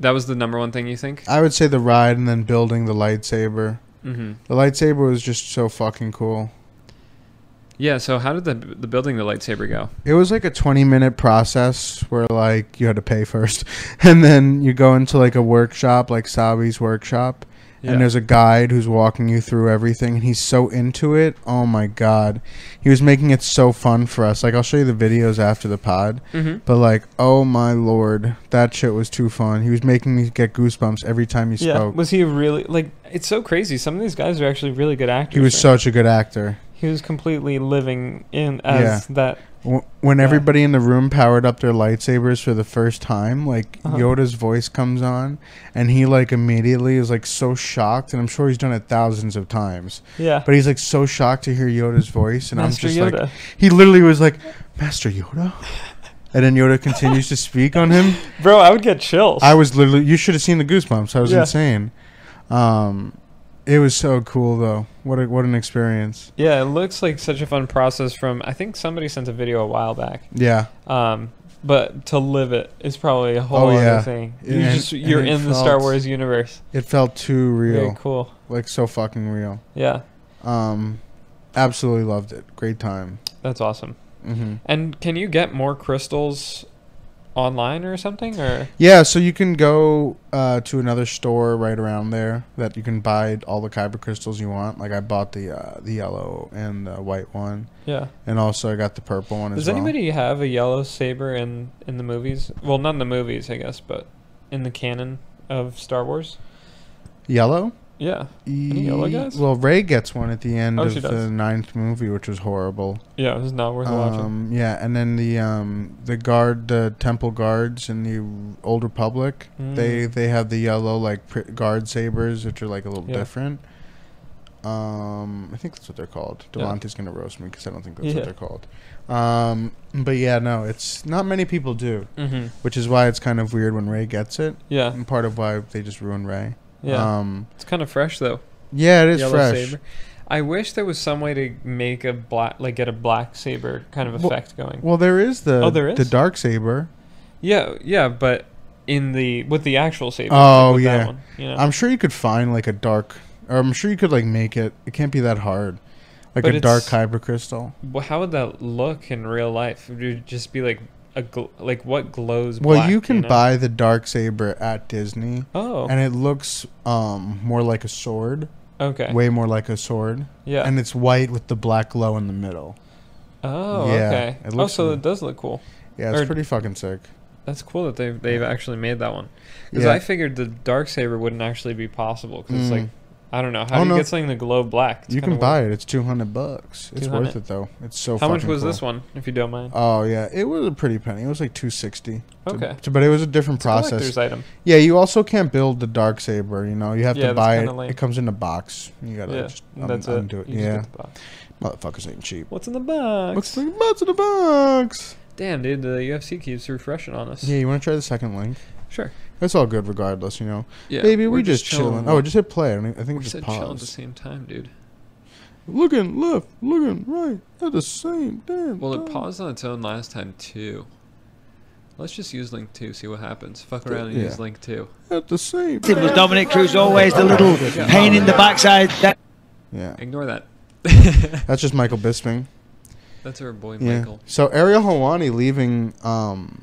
Speaker 2: that was the number one thing you think?
Speaker 1: I would say the ride and then building the lightsaber.
Speaker 2: Mm-hmm.
Speaker 1: The lightsaber was just so fucking cool.
Speaker 2: Yeah. So how did the the building the lightsaber go?
Speaker 1: It was like a 20 minute process where like you had to pay first and then you go into like a workshop like Sabi's workshop
Speaker 2: Yeah.
Speaker 1: and there's a guide who's walking you through everything and he's so into it. Oh my god. He was making it so fun for us. Like I'll show you the videos after the pod,
Speaker 2: Mhm.
Speaker 1: but like oh my lord, that shit was too fun. He was making me get goosebumps every time he
Speaker 2: Yeah.
Speaker 1: spoke.
Speaker 2: Was he really like? It's so crazy. Some of these guys are actually really good actors.
Speaker 1: He was
Speaker 2: right?
Speaker 1: such a good actor.
Speaker 2: He was completely living in as that.
Speaker 1: Wh- When
Speaker 2: Yeah.
Speaker 1: everybody in the room powered up their lightsabers for the first time, like
Speaker 2: Uh-huh.
Speaker 1: Yoda's voice comes on, and he like immediately is like so shocked, and I'm sure he's done it thousands of times,
Speaker 2: Yeah.
Speaker 1: but he's like so shocked to hear Yoda's voice, and
Speaker 2: Master
Speaker 1: I'm just
Speaker 2: Yoda.
Speaker 1: like, he literally was like, Master Yoda, and then Yoda continues to speak on him.
Speaker 2: Bro, I would get chills.
Speaker 1: I was literally, you should have seen the goosebumps. I was
Speaker 2: Yeah.
Speaker 1: insane. Um, it was so cool though. What a, what an experience.
Speaker 2: yeah, it looks like such a fun process. From I think somebody sent a video a while back.
Speaker 1: Yeah,
Speaker 2: Um, but to live it is probably a whole
Speaker 1: Oh, yeah.
Speaker 2: other thing.
Speaker 1: And-
Speaker 2: You just
Speaker 1: and
Speaker 2: you're
Speaker 1: it
Speaker 2: in the Star
Speaker 1: felt
Speaker 2: Wars universe.
Speaker 1: it felt too real,
Speaker 2: Very cool.
Speaker 1: like so fucking real.
Speaker 2: Yeah,
Speaker 1: Um, absolutely loved it. Great time.
Speaker 2: that's awesome.
Speaker 1: Mm-hmm.
Speaker 2: And can you get more crystals online or something? Or
Speaker 1: Yeah, so you can go uh, to another store right around there that you can buy all the kyber crystals you want. Like I bought the uh, the yellow and the white one,
Speaker 2: yeah,
Speaker 1: and also I got the purple one
Speaker 2: does
Speaker 1: as well.
Speaker 2: anybody have a yellow saber in in the movies? Well, not in the movies, I guess, but in the canon of Star Wars.
Speaker 1: Yellow?
Speaker 2: Yeah, Any yellow
Speaker 1: E-
Speaker 2: guys?
Speaker 1: Well, Ray gets one at the end
Speaker 2: Oh,
Speaker 1: of
Speaker 2: she
Speaker 1: the
Speaker 2: does.
Speaker 1: ninth movie, which was horrible.
Speaker 2: yeah, it's not worth watching.
Speaker 1: Um, yeah, and then the um, the guard, the temple guards in the Old Republic, Um, They
Speaker 2: Mm.
Speaker 1: they have the yellow like pr- guard sabers, which are like a little
Speaker 2: Yeah.
Speaker 1: different. Um, I think that's what they're called.
Speaker 2: Yeah.
Speaker 1: Devante's gonna roast me because I don't think that's
Speaker 2: Yeah.
Speaker 1: what they're called. Um, but yeah, no, it's not many people do,
Speaker 2: Mhm.
Speaker 1: which is why it's kind of weird when Ray gets it,
Speaker 2: Yeah,
Speaker 1: and part of why they just ruin Ray.
Speaker 2: yeah,
Speaker 1: Um,
Speaker 2: it's kind of fresh though.
Speaker 1: yeah, it is
Speaker 2: yellow
Speaker 1: fresh.
Speaker 2: saber. I wish there was some way to make a black, like get a black saber kind of
Speaker 1: Well-
Speaker 2: effect going.
Speaker 1: Well, there is the
Speaker 2: Oh, there
Speaker 1: the
Speaker 2: is?
Speaker 1: dark saber.
Speaker 2: yeah, yeah, but in the with the actual saber. like
Speaker 1: Oh,
Speaker 2: with that
Speaker 1: yeah.
Speaker 2: one, you know?
Speaker 1: I'm sure you could find like a dark, or I'm sure you could like make it. It can't be that hard, like
Speaker 2: But
Speaker 1: a dark
Speaker 2: it's-
Speaker 1: kyber crystal.
Speaker 2: Well, how would that look in real life? Would it just be like a gl- like what glows?
Speaker 1: Well,
Speaker 2: black,
Speaker 1: you can
Speaker 2: know?
Speaker 1: buy the dark saber at Disney,
Speaker 2: Oh,
Speaker 1: and it looks um more like a sword,
Speaker 2: okay.
Speaker 1: way more like a sword,
Speaker 2: yeah.
Speaker 1: and it's white with the black glow in the middle.
Speaker 2: oh,
Speaker 1: yeah,
Speaker 2: okay.
Speaker 1: it
Speaker 2: oh,
Speaker 1: looks
Speaker 2: so
Speaker 1: really-
Speaker 2: it does look cool.
Speaker 1: Yeah, it's
Speaker 2: Or-
Speaker 1: pretty fucking sick.
Speaker 2: That's cool that they've they've actually made that one. Because
Speaker 1: Yeah,
Speaker 2: I figured the dark saber wouldn't actually be possible. Because it's
Speaker 1: Mm.
Speaker 2: like I don't know how
Speaker 1: Oh,
Speaker 2: do you
Speaker 1: no.
Speaker 2: get something to glow black. It's
Speaker 1: you
Speaker 2: kinda
Speaker 1: can
Speaker 2: weird.
Speaker 1: buy it. It's two hundred bucks. It's
Speaker 2: 200.
Speaker 1: worth it though. It's so.
Speaker 2: How much
Speaker 1: fucking
Speaker 2: was
Speaker 1: cool.
Speaker 2: this one, if you don't mind?
Speaker 1: Oh yeah, it was a pretty penny. It was like two sixty.
Speaker 2: Okay.
Speaker 1: but it was a different
Speaker 2: It's a
Speaker 1: Uh, process.
Speaker 2: collector's item.
Speaker 1: Yeah, you also can't build the dark saber. You know, you have
Speaker 2: Yeah,
Speaker 1: to
Speaker 2: that's
Speaker 1: buy it.
Speaker 2: kinda lame.
Speaker 1: It comes in a box. You gotta
Speaker 2: yeah,
Speaker 1: just un-
Speaker 2: that's it.
Speaker 1: undo it.
Speaker 2: You just
Speaker 1: Yeah,
Speaker 2: get the box.
Speaker 1: motherfuckers ain't cheap.
Speaker 2: What's in the box?
Speaker 1: Looks like butts in a box.
Speaker 2: Damn, dude, the UFC keeps refreshing on us.
Speaker 1: Yeah, you want to try the second link?
Speaker 2: Sure.
Speaker 1: It's all good regardless, you know.
Speaker 2: Yeah,
Speaker 1: Baby,
Speaker 2: we're
Speaker 1: we just, chilling. Oh, just hit play. I, don't, e- I think
Speaker 2: we
Speaker 1: we just
Speaker 2: said chill at the
Speaker 1: paused.
Speaker 2: same time, dude.
Speaker 1: Looking left, looking right at the same damn.
Speaker 2: Well, it
Speaker 1: time.
Speaker 2: paused on its own last time too. Let's just use link two, see what happens. Fuck around and
Speaker 1: Yeah.
Speaker 2: use link two.
Speaker 1: At the same.
Speaker 3: It was Dominic Cruz always the little pain in the backside. That
Speaker 1: Yeah,
Speaker 2: Ignore that.
Speaker 1: that's just Michael Bisping.
Speaker 2: That's our boy
Speaker 1: Yeah.
Speaker 2: Michael.
Speaker 1: So Ariel Helwani leaving um,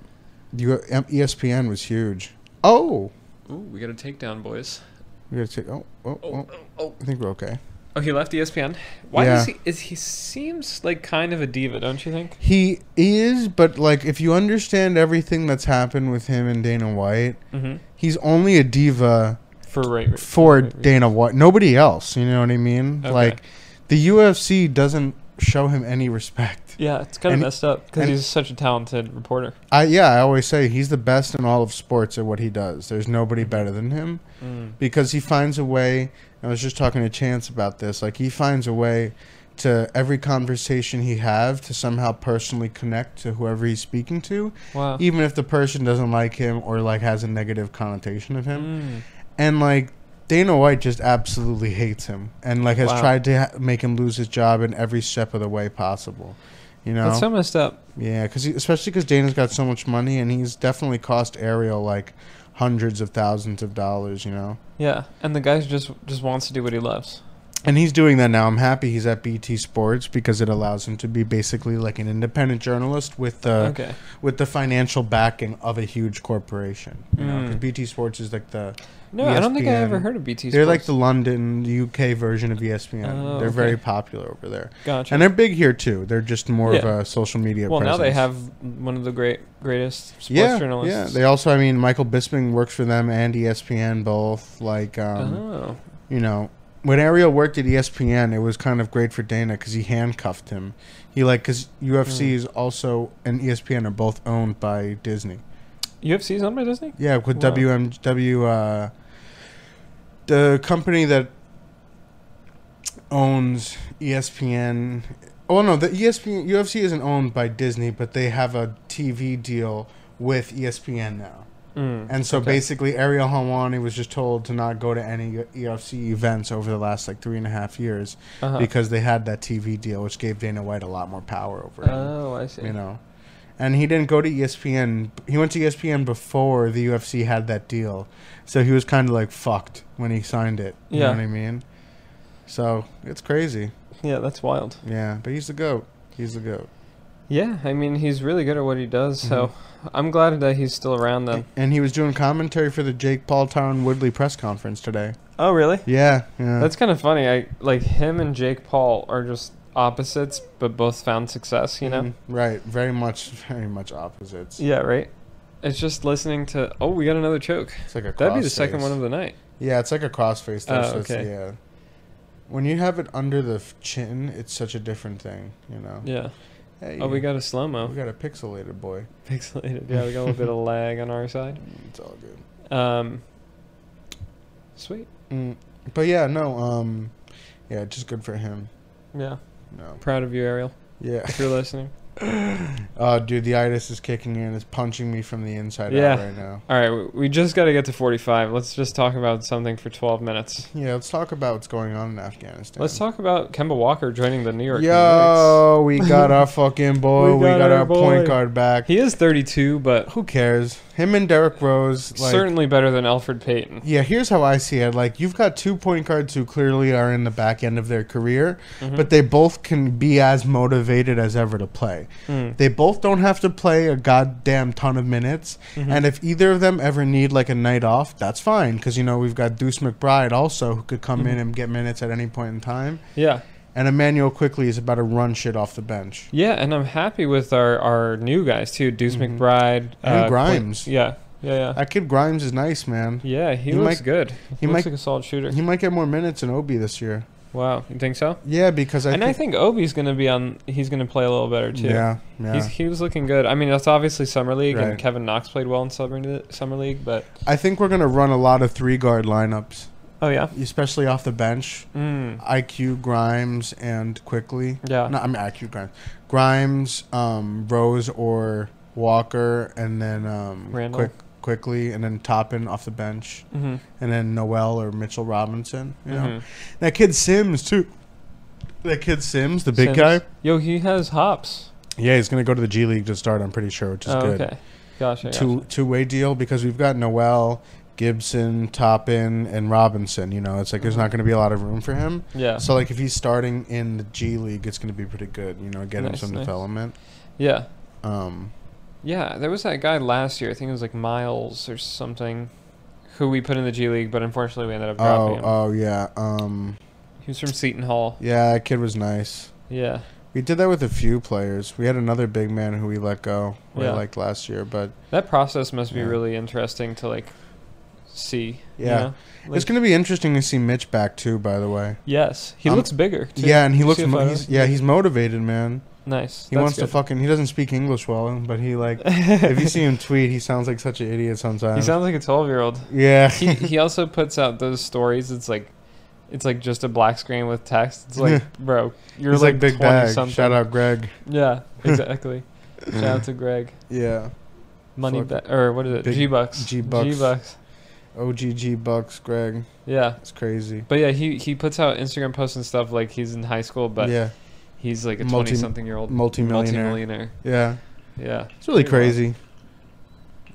Speaker 1: U- M- E ESPN was huge. Oh,
Speaker 2: Ooh, we got a takedown, boys.
Speaker 1: we gotta take. Oh, oh,
Speaker 2: Oh,
Speaker 1: oh.
Speaker 2: oh, oh.
Speaker 1: I think we're okay.
Speaker 2: Oh, he left ESPN. Why
Speaker 1: Yeah.
Speaker 2: does he? Is he seems like kind of a diva, don't you think?
Speaker 1: He is, but like, if you understand everything that's happened with him and Dana White,
Speaker 2: Mm-hmm.
Speaker 1: he's only a diva
Speaker 2: For right, right
Speaker 1: for
Speaker 2: right, right.
Speaker 1: Dana White. Nobody else. You know what I mean?
Speaker 2: Okay.
Speaker 1: Like, the UFC doesn't show him any respect.
Speaker 2: Yeah, it's kind of
Speaker 1: And-
Speaker 2: messed up because
Speaker 1: and-
Speaker 2: he's such a talented reporter.
Speaker 1: I yeah, I always say he's the best in all of sports at what he does. There's nobody better than him. because he finds a way. I was just talking to Chance about this. Like he finds a way to every conversation he have to somehow personally connect to whoever he's speaking to,
Speaker 2: Wow.
Speaker 1: even if the person doesn't like him or like has a negative connotation of him.
Speaker 2: Mm.
Speaker 1: And like Dana White just absolutely hates him and like has
Speaker 2: Wow.
Speaker 1: tried to ha- make him lose his job in every step of the way possible. You know,
Speaker 2: That's so messed up.
Speaker 1: yeah, because especially because Dana's got so much money and he's definitely cost Ariel like hundreds of thousands of dollars. You know.
Speaker 2: Yeah, and the guy just just wants to do what he loves.
Speaker 1: And he's doing that now. I'm happy he's at BT Sports because it allows him to be basically like an independent journalist with the
Speaker 2: okay.
Speaker 1: with the financial backing of a huge corporation. You know, 'cause
Speaker 2: Mm.
Speaker 1: BT Sports is like the
Speaker 2: No, I don't think I ever
Speaker 1: ESPN.
Speaker 2: heard of BT.
Speaker 1: they're like
Speaker 2: Sports.
Speaker 1: the London UK version of E ESPN.
Speaker 2: Oh,
Speaker 1: they're very
Speaker 2: okay.
Speaker 1: popular over there,
Speaker 2: gotcha.
Speaker 1: and they're big here too. They're just more
Speaker 2: Yeah.
Speaker 1: of a social media.
Speaker 2: well, now they
Speaker 1: presence.
Speaker 2: have one of the great greatest sports
Speaker 1: yeah,
Speaker 2: journalists.
Speaker 1: yeah. They also, I mean, Michael Bisping works for them and E ESPN both. Like, um,
Speaker 2: oh,
Speaker 1: you know, when Ariel worked at E ESPN, it was kind of great for Dana because he handcuffed him. He like because UFC
Speaker 2: Mm.
Speaker 1: is also and E ESPN are both owned by Disney.
Speaker 2: UFC is owned by Disney.
Speaker 1: Yeah, with
Speaker 2: Wow.
Speaker 1: WMW, uh, the company that owns E ESPN. Oh no, the ESPN UFC isn't owned by Disney, but they have a TV deal with E ESPN now.
Speaker 2: Mm.
Speaker 1: And so
Speaker 2: Okay.
Speaker 1: basically, Ariel Helwani was just told to not go to any UFC events over the last like three and a half years
Speaker 2: Uh-huh.
Speaker 1: because they had that TV deal, which gave Dana White a lot more power over him.
Speaker 2: oh, I see.
Speaker 1: you know, and he didn't go to E ESPN. He went to E ESPN before the UFC had that deal, so he was kind of like fucked when he signed it. You
Speaker 2: Yeah.
Speaker 1: know what I mean? So it's crazy.
Speaker 2: Yeah, that's wild.
Speaker 1: Yeah, but he's the goat. He's the goat.
Speaker 2: Yeah, I mean he's really good at what he does, so
Speaker 1: Mm-hmm.
Speaker 2: I'm glad that he's still around. Then.
Speaker 1: And he was doing commentary for the Jake Paul Tyron Woodley press conference today.
Speaker 2: Oh, really?
Speaker 1: Yeah, yeah.
Speaker 2: That's kind of funny. I like him and Jake Paul are just opposites, but both found success. You know?
Speaker 1: Mhm. right very much very much opposites
Speaker 2: Yeah, right. It's just listening to. Oh, we got another choke.
Speaker 1: it's like a
Speaker 2: That'd be the
Speaker 1: crossface.
Speaker 2: second one of the night.
Speaker 1: yeah it's like a crossface though,
Speaker 2: Oh,
Speaker 1: so it's-
Speaker 2: okay.
Speaker 1: yeah when you have it under the f- chin it's such a different thing you know
Speaker 2: Yeah.
Speaker 1: hey,
Speaker 2: Oh, we got a slow mo.
Speaker 1: we got a pixelated boy Mm,
Speaker 2: Pixelated. Yeah, we got a little bit of lag on our side.
Speaker 1: it's all good
Speaker 2: Um. Sweet.
Speaker 1: mm. but yeah no um yeah just good for him
Speaker 2: Yeah.
Speaker 1: no
Speaker 2: Proud of you, Ariel.
Speaker 1: yeah
Speaker 2: If you're listening.
Speaker 1: uh dude the itis is kicking in it's punching me from the inside out
Speaker 2: Yeah.
Speaker 1: right now
Speaker 2: All right, we- we just got to get to 45. Let's just talk about something for 12 minutes.
Speaker 1: yeah let's talk about what's going on in afghanistan
Speaker 2: Let's talk about Kemba Walker joining the New York Knicks.
Speaker 1: yo we got our fucking boy
Speaker 2: We
Speaker 1: we
Speaker 2: got
Speaker 1: got,
Speaker 2: our
Speaker 1: our,
Speaker 2: boy.
Speaker 1: point guard back
Speaker 2: He is 32, but
Speaker 1: who cares? Him and Derek Rose, like,
Speaker 2: certainly better than Alfred Payton.
Speaker 1: yeah. Here's how I see it: like, you've got two point guards who clearly are in the back end of their career,
Speaker 2: Mhm.
Speaker 1: but they both can be as motivated as ever to play.
Speaker 2: Mm.
Speaker 1: They both don't have to play a goddamn ton of minutes,
Speaker 2: Mm-hmm.
Speaker 1: and if either of them ever need like a night off, that's fine because you know we've got Deuce McBride also who could come
Speaker 2: Mm-hmm.
Speaker 1: in and get minutes at any point in time,
Speaker 2: Yeah.
Speaker 1: and Emmanuel quickly is about to run shit off the bench.
Speaker 2: Yeah, and I'm happy with our, our new guys, too. Deuce
Speaker 1: Mhm.
Speaker 2: McBride.
Speaker 1: And
Speaker 2: uh, Quin-
Speaker 1: Grimes.
Speaker 2: yeah. Yeah, yeah.
Speaker 1: That kid Grimes is nice, man.
Speaker 2: yeah, he,
Speaker 1: he
Speaker 2: looks
Speaker 1: might-
Speaker 2: good. He
Speaker 1: he
Speaker 2: looks
Speaker 1: might-
Speaker 2: like a solid shooter.
Speaker 1: He might get more minutes in Obi this year.
Speaker 2: wow. You think so?
Speaker 1: Yeah, because I
Speaker 2: and I think Obi's going to be on, he's going to play a little better, too.
Speaker 1: Yeah, yeah.
Speaker 2: He's, he was looking good. I mean, that's obviously summer league, and
Speaker 1: Right.
Speaker 2: Kevin Knox played well in summer summer league. But
Speaker 1: I think we're gonna run a lot of three guard lineups,
Speaker 2: oh yeah,
Speaker 1: especially off the bench.
Speaker 2: mm,
Speaker 1: IQ Grimes and quickly.
Speaker 2: yeah,
Speaker 1: Uh, No, I mean IQ Grimes, Grimes, um, Rose or Walker, and then um,
Speaker 2: Randall.
Speaker 1: quick quickly, and then Toppin off the bench,
Speaker 2: hmm
Speaker 1: and then Noel or Mitchell Robinson. You know
Speaker 2: Mhm.
Speaker 1: that kid Sims too. That kid Sims, the big
Speaker 2: Sims.
Speaker 1: guy.
Speaker 2: Yo, he has hops.
Speaker 1: Yeah, he's gonna go to the G League to start. I'm pretty sure, which is
Speaker 2: oh,
Speaker 1: good.
Speaker 2: okay. Gosh, I
Speaker 1: two two way deal because we've got Noel, Gibson, Toppin, and Robinson. You know, it's like
Speaker 2: Mm-hmm.
Speaker 1: there's not going to be a lot of room for him.
Speaker 2: Yeah.
Speaker 1: So like if he's starting in the G League, it's going to be pretty good. You know, get him
Speaker 2: Nice,
Speaker 1: some
Speaker 2: nice.
Speaker 1: development.
Speaker 2: Yeah.
Speaker 1: Um,
Speaker 2: Yeah. There was that guy last year. I think it was like Miles or something, who we put in the G League, but unfortunately we ended up dropping
Speaker 1: oh
Speaker 2: him.
Speaker 1: oh yeah, um,
Speaker 2: he was from Seton Hall.
Speaker 1: yeah, that kid was nice.
Speaker 2: Yeah.
Speaker 1: We did that with a few players. We had another big man who we let go. We
Speaker 2: Yeah.
Speaker 1: liked last year, but
Speaker 2: That process must be
Speaker 1: Yeah.
Speaker 2: really interesting to like see. you
Speaker 1: Yeah.
Speaker 2: know?
Speaker 1: it's
Speaker 2: Like-
Speaker 1: going to be interesting to see Mitch back too. By the way,
Speaker 2: Yes, he
Speaker 1: I'm-
Speaker 2: looks bigger. Too.
Speaker 1: Um, yeah, and he
Speaker 2: You
Speaker 1: looks
Speaker 2: see a
Speaker 1: mo-
Speaker 2: photo?
Speaker 1: he's, yeah he's motivated, man.
Speaker 2: nice.
Speaker 1: He
Speaker 2: That's
Speaker 1: wants to
Speaker 2: good.
Speaker 1: fucking. He doesn't speak English well, but he like. if you see him tweet, he sounds like such an idiot sometimes.
Speaker 2: he sounds like a twelve-year-old.
Speaker 1: yeah.
Speaker 2: He he also puts out those stories. It's like, it's like just a black screen with text. It's like, bro, you're
Speaker 1: He's
Speaker 2: like,
Speaker 1: like, big
Speaker 2: 20
Speaker 1: bag.
Speaker 2: something.
Speaker 1: Shout out Greg.
Speaker 2: Yeah, exactly. Shout out to Greg.
Speaker 1: Yeah.
Speaker 2: Money
Speaker 1: Fuck.
Speaker 2: ba- or what is it?
Speaker 1: Big
Speaker 2: G bucks.
Speaker 1: G-Bucks.
Speaker 2: G bucks.
Speaker 1: OGG bucks Greg.
Speaker 2: Yeah.
Speaker 1: It's crazy.
Speaker 2: But yeah, he, he puts out Instagram posts and stuff like he's in high school, but
Speaker 1: yeah.
Speaker 2: he's like a
Speaker 1: Multi-
Speaker 2: twenty-something year old
Speaker 1: Multi-millionaire.
Speaker 2: multi-millionaire.
Speaker 1: Yeah.
Speaker 2: Yeah,
Speaker 1: It's really
Speaker 2: Pretty
Speaker 1: crazy.
Speaker 2: wild.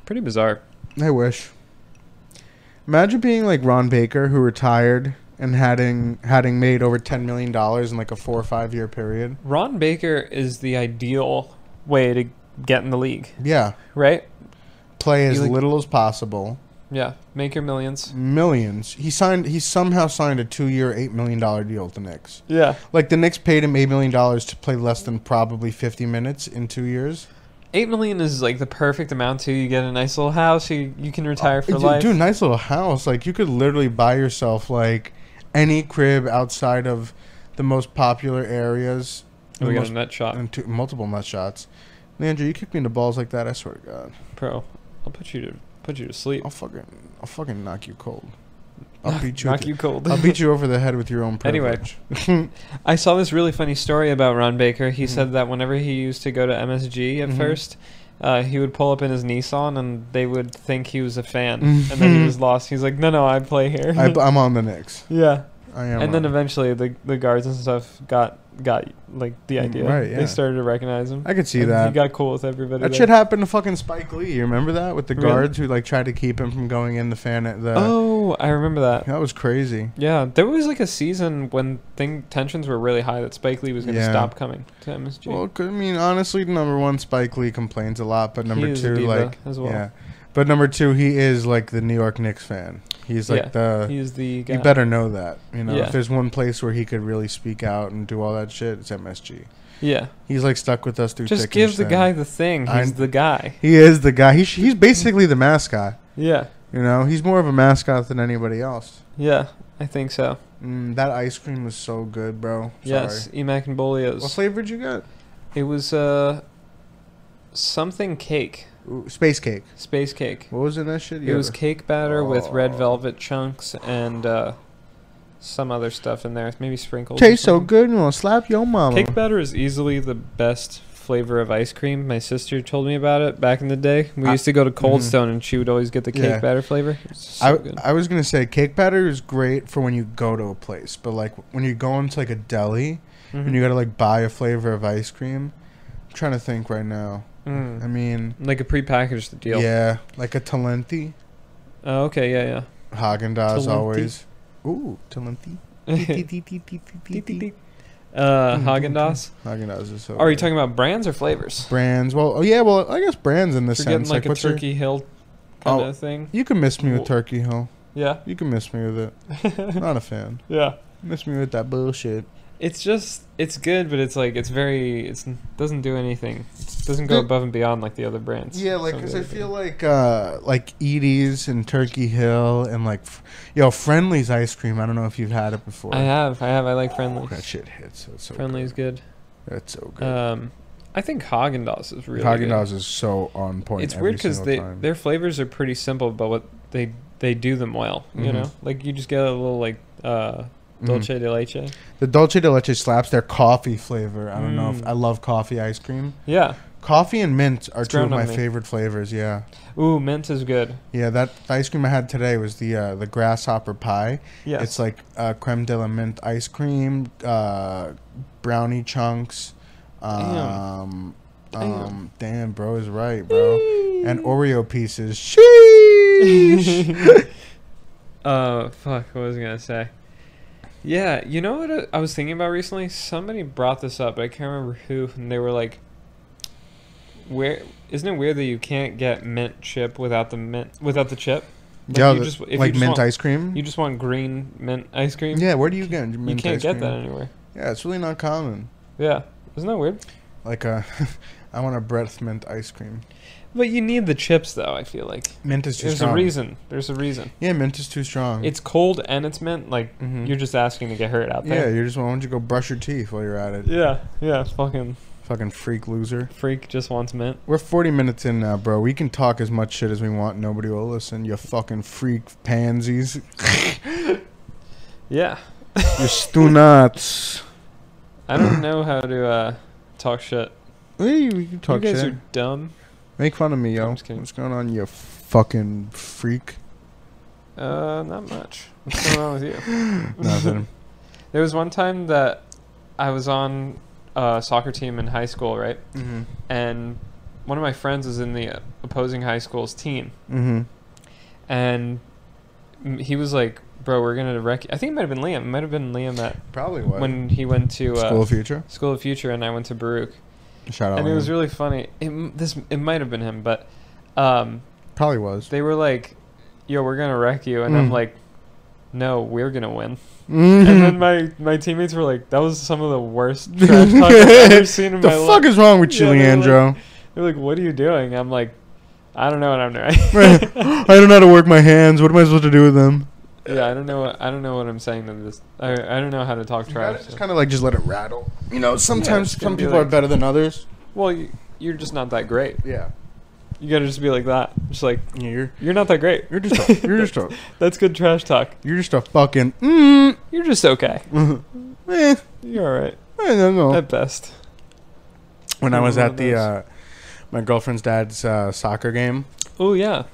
Speaker 2: pretty bizarre.
Speaker 1: I wish. Imagine being like Ron Baker who retired and having having made over 10 million dollars in like a 4 or 5 year period.
Speaker 2: Ron Baker is the ideal way to get in the league,
Speaker 1: Yeah.
Speaker 2: right?
Speaker 1: Play as
Speaker 2: You, like-
Speaker 1: little as possible.
Speaker 2: Yeah, make your millions.
Speaker 1: Millions. He signed he somehow signed a 2-year 8 million dollar deal with the Knicks.
Speaker 2: Yeah,
Speaker 1: Like the Knicks paid him 8 million dollars to play less than probably 50 minutes in 2 years.
Speaker 2: eight million is like the perfect amount too. You get a nice little house. You you can retire for
Speaker 1: Uh, dude,
Speaker 2: life.
Speaker 1: dude, nice little house. Like you could literally buy yourself like any crib outside of the most popular areas. the
Speaker 2: Oh, we got
Speaker 1: most-
Speaker 2: a nut shot,
Speaker 1: and two, multiple nut shots. Leandro, you kick me into balls like that, I swear to God,
Speaker 2: bro. I'll put you to put you to sleep.
Speaker 1: I'll fucking, I'll fucking knock you cold. I'll beat you.
Speaker 2: Knock
Speaker 1: with-
Speaker 2: you cold.
Speaker 1: I'll beat you over the head with your own
Speaker 2: Anyway.
Speaker 1: privilege.
Speaker 2: I saw this really funny story about Ron Baker. He
Speaker 1: Mhm.
Speaker 2: said that whenever he used to go to MSG at
Speaker 1: Mhm.
Speaker 2: first, uh, he would pull up in his Nissan and they would think he was a fan, and then he was lost. He's like, "No, no, I play here."
Speaker 1: Mm-hmm. I, I'm on the Knicks.
Speaker 2: yeah,
Speaker 1: I am.
Speaker 2: and then
Speaker 1: on-
Speaker 2: eventually the the guards and stuff got got like the
Speaker 1: Mm,
Speaker 2: idea.
Speaker 1: right, yeah.
Speaker 2: They started to recognize him.
Speaker 1: I could see
Speaker 2: and
Speaker 1: that.
Speaker 2: he got cool with everybody.
Speaker 1: that
Speaker 2: there.
Speaker 1: shit happened to fucking Spike Lee. You remember that with the
Speaker 2: Really?
Speaker 1: guards who like tried to keep him from going in the fan. The
Speaker 2: oh, I remember that.
Speaker 1: that was crazy.
Speaker 2: Yeah, there was like a season when thing tensions were really high that Spike Lee was going to
Speaker 1: Yeah.
Speaker 2: stop coming to MSG.
Speaker 1: Well, c- I mean, honestly, number one, Spike Lee complains a lot, but
Speaker 2: He
Speaker 1: number
Speaker 2: is a
Speaker 1: two,
Speaker 2: diva
Speaker 1: like,
Speaker 2: as well.
Speaker 1: yeah, but number two, he is like the New York Knicks fan. He's like
Speaker 2: Yeah,
Speaker 1: the
Speaker 2: He's the guy.
Speaker 1: you better know that. You know,
Speaker 2: Yeah.
Speaker 1: if there's one place where he could really speak out and do all that shit, it's MSG.
Speaker 2: Yeah.
Speaker 1: He's like stuck with us through.
Speaker 2: Just
Speaker 1: thick
Speaker 2: give
Speaker 1: and
Speaker 2: the
Speaker 1: thin.
Speaker 2: guy the thing. He's
Speaker 1: I-
Speaker 2: the guy.
Speaker 1: He is the guy. He sh- he's basically the mascot.
Speaker 2: Yeah.
Speaker 1: You know, he's more of a mascot than anybody else.
Speaker 2: Yeah. I think so.
Speaker 1: Mm, that ice cream was so good, bro. Sorry.
Speaker 2: Yes. Emac and
Speaker 1: What
Speaker 2: Bolio's.
Speaker 1: flavor'd you get?
Speaker 2: it was uh something cake,
Speaker 1: Ooh, space cake.
Speaker 2: space cake.
Speaker 1: What was in that shit?
Speaker 2: It was cake batter with red
Speaker 1: Oh.
Speaker 2: velvet chunks and uh some other stuff in there, maybe sprinkles. or
Speaker 1: Tastes so
Speaker 2: something.
Speaker 1: good, you want to slap your mama.
Speaker 2: Cake batter is easily the best flavor of ice cream. My sister told me about it back in the day. We
Speaker 1: I-
Speaker 2: used to go to Cold
Speaker 1: Mhm.
Speaker 2: Stone and she would always get the cake
Speaker 1: Yeah.
Speaker 2: batter flavor. It's so
Speaker 1: I,
Speaker 2: good.
Speaker 1: I was gonna say cake batter is great for when you go to a place, but like when you go into like a deli and
Speaker 2: Mhm.
Speaker 1: you gotta like buy a flavor of ice cream. I'm trying to think right now.
Speaker 2: Mm.
Speaker 1: I mean,
Speaker 2: like a prepackaged deal.
Speaker 1: yeah, like a talenti,
Speaker 2: Oh, okay, yeah, yeah.
Speaker 1: Haagen Dazs
Speaker 2: Talenti.
Speaker 1: always. Ooh, talenti.
Speaker 2: uh,
Speaker 1: Haagen Mm-hmm.
Speaker 2: Haagen Dazs.
Speaker 1: Dazs is so.
Speaker 2: Uh, Are you
Speaker 1: good.
Speaker 2: talking about brands or flavors?
Speaker 1: brands? Well, oh yeah, well I guess brands in the
Speaker 2: If you're getting
Speaker 1: sense
Speaker 2: like,
Speaker 1: like,
Speaker 2: a
Speaker 1: what's your-
Speaker 2: Turkey Hill kind
Speaker 1: Oh.
Speaker 2: of thing.
Speaker 1: you can miss me with
Speaker 2: Wh-
Speaker 1: Turkey Hill.
Speaker 2: Yeah,
Speaker 1: You can miss me with it. Not a fan.
Speaker 2: yeah.
Speaker 1: Miss me with that bullshit.
Speaker 2: It's just it's good, but it's like it's very it's doesn't do anything. doesn't go
Speaker 1: Th-
Speaker 2: above and beyond like the other brands.
Speaker 1: Yeah, like
Speaker 2: Some of
Speaker 1: because
Speaker 2: the
Speaker 1: I
Speaker 2: other
Speaker 1: feel like uh like Edie's and Turkey Hill and like f- yo Friendly's ice cream. I don't know if you've had it before.
Speaker 2: brands. I have, I have, I like
Speaker 1: Oh,
Speaker 2: Friendly's.
Speaker 1: that shit hits. That's so
Speaker 2: Friendly's
Speaker 1: good.
Speaker 2: good.
Speaker 1: That's so good.
Speaker 2: Um, I think Haagen Dazs is really
Speaker 1: Haagen
Speaker 2: good.
Speaker 1: Dazs is so on point.
Speaker 2: It's
Speaker 1: every
Speaker 2: weird because
Speaker 1: single
Speaker 2: they
Speaker 1: time.
Speaker 2: their flavors are pretty simple, but what they they do them well. You
Speaker 1: Mhm.
Speaker 2: know, like you just get a little like uh,
Speaker 1: Mhm.
Speaker 2: dulce de leche.
Speaker 1: The dulce de leche slaps their coffee flavor. I don't know if
Speaker 2: Mm.
Speaker 1: I love coffee ice cream.
Speaker 2: Yeah.
Speaker 1: Coffee and mint are
Speaker 2: It's
Speaker 1: two of
Speaker 2: grown on
Speaker 1: my
Speaker 2: me.
Speaker 1: favorite flavors. Yeah,
Speaker 2: Ooh, mint is good.
Speaker 1: yeah. That the ice cream I had today was the uh, the grasshopper pie.
Speaker 2: Yes.
Speaker 1: It's like uh, creme de la mint ice cream, uh, brownie chunks. Um, damn.
Speaker 2: Damn.
Speaker 1: Um, damn, bro is right, bro. and Oreo pieces. Sheesh.
Speaker 2: Uh, fuck, what was I gonna say? Yeah, you know what uh, I was thinking about recently? Somebody brought this up, but I can't remember who, and they were like, "Where isn't it weird that you can't get mint chip without the mint without the chip?
Speaker 1: yeah,
Speaker 2: you
Speaker 1: the-
Speaker 2: just- if you
Speaker 1: like
Speaker 2: just
Speaker 1: mint
Speaker 2: want-
Speaker 1: ice cream.
Speaker 2: You just want green mint ice cream.
Speaker 1: yeah, where do you get mint
Speaker 2: you can't
Speaker 1: ice
Speaker 2: get
Speaker 1: cream?
Speaker 2: that anywhere.
Speaker 1: Yeah, it's really not common.
Speaker 2: Yeah, isn't that weird?
Speaker 1: Like uh, I want a breath mint ice cream.
Speaker 2: But you need the chips though. I feel like
Speaker 1: Mint is too
Speaker 2: there's
Speaker 1: strong.
Speaker 2: a reason. There's a reason.
Speaker 1: Yeah, mint is too strong.
Speaker 2: It's cold and it's mint. Like
Speaker 1: Mhm.
Speaker 2: you're just asking to get hurt out
Speaker 1: yeah,
Speaker 2: there.
Speaker 1: you just why don't you go brush your teeth while you're at it?
Speaker 2: Yeah, yeah. Fucking
Speaker 1: Fucking freak loser.
Speaker 2: freak just wants mint.
Speaker 1: We're 40 minutes in now, bro. We can talk as much shit as we want. Nobody will listen. You fucking freak pansies.
Speaker 2: Yeah.
Speaker 1: You stu nuts.
Speaker 2: I don't know how to uh, talk shit.
Speaker 1: Hey, we can talk
Speaker 2: you guys
Speaker 1: shit.
Speaker 2: are dumb.
Speaker 1: Make fun of me, yo.
Speaker 2: I'm just kidding.
Speaker 1: What's going on, you fucking freak?
Speaker 2: Uh, not much. What's going on with you?
Speaker 1: Nothing.
Speaker 2: There was one time that I was on a soccer team in high school, right?
Speaker 1: mm-hmm.
Speaker 2: And one of my friends was in the opposing high school's team,
Speaker 1: Mm-hmm.
Speaker 2: and m- he was like, "Bro, we're gonna wreck." I think it might have been Liam. It might have been Liam at
Speaker 1: Probably was.
Speaker 2: when he went to uh,
Speaker 1: School of Oh, Future?
Speaker 2: School of Future, and I went to Baruch,
Speaker 1: Shout out.
Speaker 2: and it
Speaker 1: Liam.
Speaker 2: was really funny. It, m- this it might have been him, but um,
Speaker 1: Probably was.
Speaker 2: they were like, "Yo, we're gonna wreck you," and I'm
Speaker 1: Mm.
Speaker 2: like, "No, we're gonna win."
Speaker 1: Mhm.
Speaker 2: And then my my teammates were like, "That was some of the worst trash talk I've ever seen in
Speaker 1: the
Speaker 2: my
Speaker 1: fuck
Speaker 2: life."
Speaker 1: is wrong with you,
Speaker 2: Yeah, they're
Speaker 1: Leandro?
Speaker 2: They're like, "What are you doing?" I'm like, "I don't know what I'm doing."
Speaker 1: I don't know how to work my hands. What am I supposed to do with them?
Speaker 2: yeah, I don't know. What, I don't know what I'm saying to this. I I don't know how to talk
Speaker 1: You gotta
Speaker 2: trash.
Speaker 1: just kind of like just let it rattle. You know, sometimes
Speaker 2: just
Speaker 1: some
Speaker 2: gonna be
Speaker 1: people
Speaker 2: like-
Speaker 1: are better than others.
Speaker 2: Well, you, you're just not that great.
Speaker 1: Yeah.
Speaker 2: You gotta just be like that. Just like
Speaker 1: You're
Speaker 2: you're not that great.
Speaker 1: you're just a, you're just a
Speaker 2: That's good trash talk.
Speaker 1: you're just a fucking mm,
Speaker 2: You're just okay.
Speaker 1: eh,
Speaker 2: You're all right
Speaker 1: I don't know.
Speaker 2: at best.
Speaker 1: when I was
Speaker 2: One
Speaker 1: at
Speaker 2: of
Speaker 1: the
Speaker 2: those.
Speaker 1: uh, my girlfriend's dad's uh, soccer game,
Speaker 2: Oh yeah.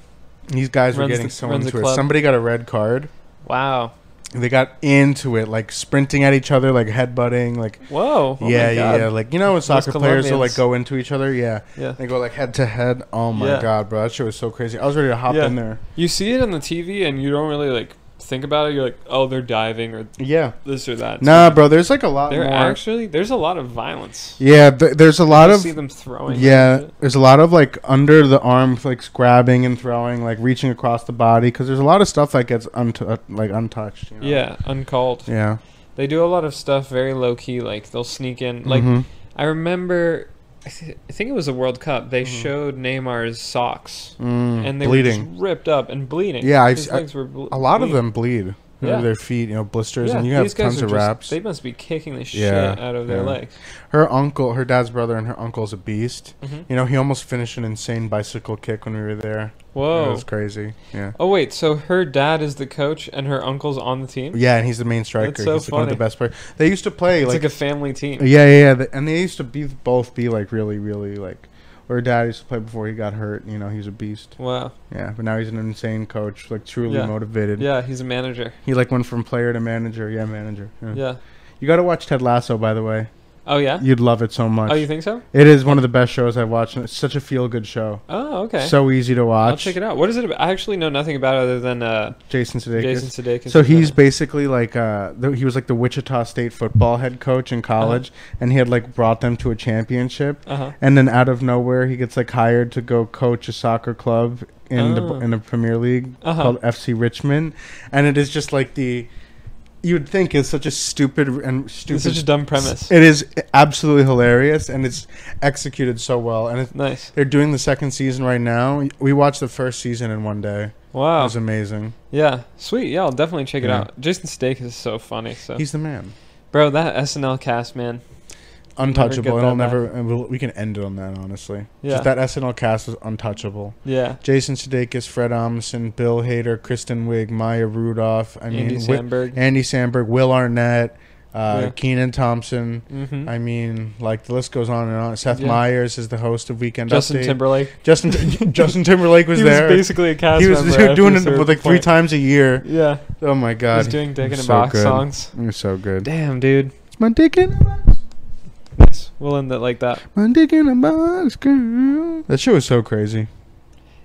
Speaker 1: these guys were
Speaker 2: Runs
Speaker 1: getting
Speaker 2: the-
Speaker 1: so
Speaker 2: runs the
Speaker 1: into it.
Speaker 2: club.
Speaker 1: Somebody got a red card.
Speaker 2: Wow.
Speaker 1: They got into it, like sprinting at each other, like headbutting, like
Speaker 2: Whoa. Oh
Speaker 1: yeah,
Speaker 2: my
Speaker 1: yeah,
Speaker 2: God.
Speaker 1: yeah, like you know, when soccer players will like
Speaker 2: Colombians.
Speaker 1: go into each other. Yeah,
Speaker 2: Yeah.
Speaker 1: they go like head to head. Oh my
Speaker 2: Yeah.
Speaker 1: god, bro, that shit was so crazy. I was ready to hop
Speaker 2: Yeah.
Speaker 1: in there.
Speaker 2: You see it on the TV and you don't really like think about it. You're like, oh, they're diving or
Speaker 1: Yeah,
Speaker 2: this or that.
Speaker 1: nah, bro, there's like a lot
Speaker 2: They're
Speaker 1: more.
Speaker 2: actually there's a lot of violence.
Speaker 1: yeah, th- there's a lot
Speaker 2: you
Speaker 1: of
Speaker 2: see them throwing.
Speaker 1: Yeah,
Speaker 2: and shit.
Speaker 1: there's a lot of like under the arm, like grabbing and throwing, like reaching across the body, because there's a lot of stuff that gets unt- like untouched. You know?
Speaker 2: Yeah, uncalled.
Speaker 1: Yeah.
Speaker 2: They do a lot of stuff very low key. Like they'll sneak in. Like
Speaker 1: Mhm.
Speaker 2: I remember, I, th- I think it was the World Cup. They
Speaker 1: Mhm.
Speaker 2: showed Neymar's socks,
Speaker 1: Mm,
Speaker 2: and they were
Speaker 1: bleeding.
Speaker 2: just ripped up and bleeding.
Speaker 1: Yeah, I
Speaker 2: His
Speaker 1: s- I-
Speaker 2: legs were ble-
Speaker 1: a lot of
Speaker 2: bleeding.
Speaker 1: them bleed. You know,
Speaker 2: Yeah.
Speaker 1: Their feet, you know, blisters,
Speaker 2: Yeah,
Speaker 1: and you have
Speaker 2: these guys
Speaker 1: tons
Speaker 2: are
Speaker 1: of
Speaker 2: just-
Speaker 1: wraps.
Speaker 2: They must be kicking the shit
Speaker 1: Yeah,
Speaker 2: out of their
Speaker 1: yeah.
Speaker 2: legs.
Speaker 1: Her uncle, her dad's brother, and her uncle's a beast.
Speaker 2: Mhm.
Speaker 1: You know, he almost finished an insane bicycle kick when we were there.
Speaker 2: Whoa.
Speaker 1: It was crazy. Yeah.
Speaker 2: Oh wait, so her dad is the coach and her uncle's on the team?
Speaker 1: Yeah, and he's the main striker.
Speaker 2: so
Speaker 1: he's like, one of the
Speaker 2: funny.
Speaker 1: best players. They used to play
Speaker 2: It's
Speaker 1: like
Speaker 2: like, a family team.
Speaker 1: Yeah, yeah, yeah. th- And they used to be both be like really, really like. Or dad used to play before he got hurt. You know, he's a beast.
Speaker 2: Wow.
Speaker 1: Yeah, but now he's an insane coach, like truly
Speaker 2: Yeah.
Speaker 1: motivated.
Speaker 2: Yeah, he's a manager.
Speaker 1: He like went from player to manager. Yeah, manager. Yeah.
Speaker 2: Yeah.
Speaker 1: You got to watch Ted Lasso, by the way.
Speaker 2: Oh yeah?
Speaker 1: You'd love it so much.
Speaker 2: Oh, you think so?
Speaker 1: it is one of the best shows I've watched. And it's such a feel good show.
Speaker 2: Oh, okay.
Speaker 1: So easy to watch.
Speaker 2: I'll check it out. What is it about? I actually know nothing about it other than uh,
Speaker 1: Jason Sudeikis.
Speaker 2: Jason Sudeikis.
Speaker 1: So
Speaker 2: is in
Speaker 1: he's
Speaker 2: it.
Speaker 1: basically like uh, th- he was like the Wichita State football head coach in college, and he had like brought them to a championship.
Speaker 2: uh-huh.
Speaker 1: and then out of nowhere he gets like hired to go coach a soccer club in
Speaker 2: Oh.
Speaker 1: the in the Premier League
Speaker 2: Uh-huh.
Speaker 1: called FC Richmond, and it is just like the you'd think it's such a stupid and
Speaker 2: It's
Speaker 1: stupid.
Speaker 2: such a dumb premise.
Speaker 1: It is absolutely hilarious, and it's executed so well. And it,
Speaker 2: nice.
Speaker 1: they're doing the second season right now. We watched the first season in one day. It
Speaker 2: Wow.
Speaker 1: was amazing.
Speaker 2: Yeah. Sweet. Yeah, I'll definitely check it
Speaker 1: Yeah.
Speaker 2: out. Jason Steak is so funny. So
Speaker 1: He's the man.
Speaker 2: Bro, that SNL cast, man.
Speaker 1: Untouchable.
Speaker 2: get
Speaker 1: It'll
Speaker 2: that
Speaker 1: never. and We'll, we can end it on that, honestly.
Speaker 2: Yeah.
Speaker 1: Just that SNL cast is untouchable.
Speaker 2: Yeah.
Speaker 1: Jason Sudeikis, Fred Armisen, Bill Hader, Kristen Wiig, Maya Rudolph. I
Speaker 2: Andy
Speaker 1: mean, Wi-
Speaker 2: Samberg.
Speaker 1: Andy Samberg, Will Arnett, uh,
Speaker 2: Yeah.
Speaker 1: Keenan Thompson.
Speaker 2: hmm
Speaker 1: I mean, like the list goes on and on. Seth
Speaker 2: Yeah.
Speaker 1: Meyers is the host of Weekend
Speaker 2: Justin
Speaker 1: Update.
Speaker 2: Timberlake.
Speaker 1: Justin Ti- Justin Timberlake was
Speaker 2: he
Speaker 1: there.
Speaker 2: was basically a cast
Speaker 1: he was
Speaker 2: member
Speaker 1: they were
Speaker 2: after
Speaker 1: doing
Speaker 2: a
Speaker 1: it
Speaker 2: certain
Speaker 1: with, like three
Speaker 2: point.
Speaker 1: times a year.
Speaker 2: Yeah.
Speaker 1: Oh my god,
Speaker 2: He's doing Dick in a
Speaker 1: so
Speaker 2: Box
Speaker 1: good.
Speaker 2: songs.
Speaker 1: You're so good.
Speaker 2: Damn, dude.
Speaker 1: It's my dick in a box.
Speaker 2: Nice. We'll end it like that.
Speaker 1: My dick in a box, girl. That shit was so crazy.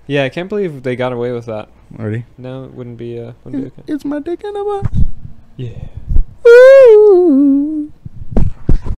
Speaker 2: Yeah, I can't believe they got away with that.
Speaker 1: Ready?
Speaker 2: No, it
Speaker 1: Hmm.
Speaker 2: wouldn't be. Uh, wouldn't be okay.
Speaker 1: It's my dick in a box.
Speaker 2: Yeah.
Speaker 1: Ooh.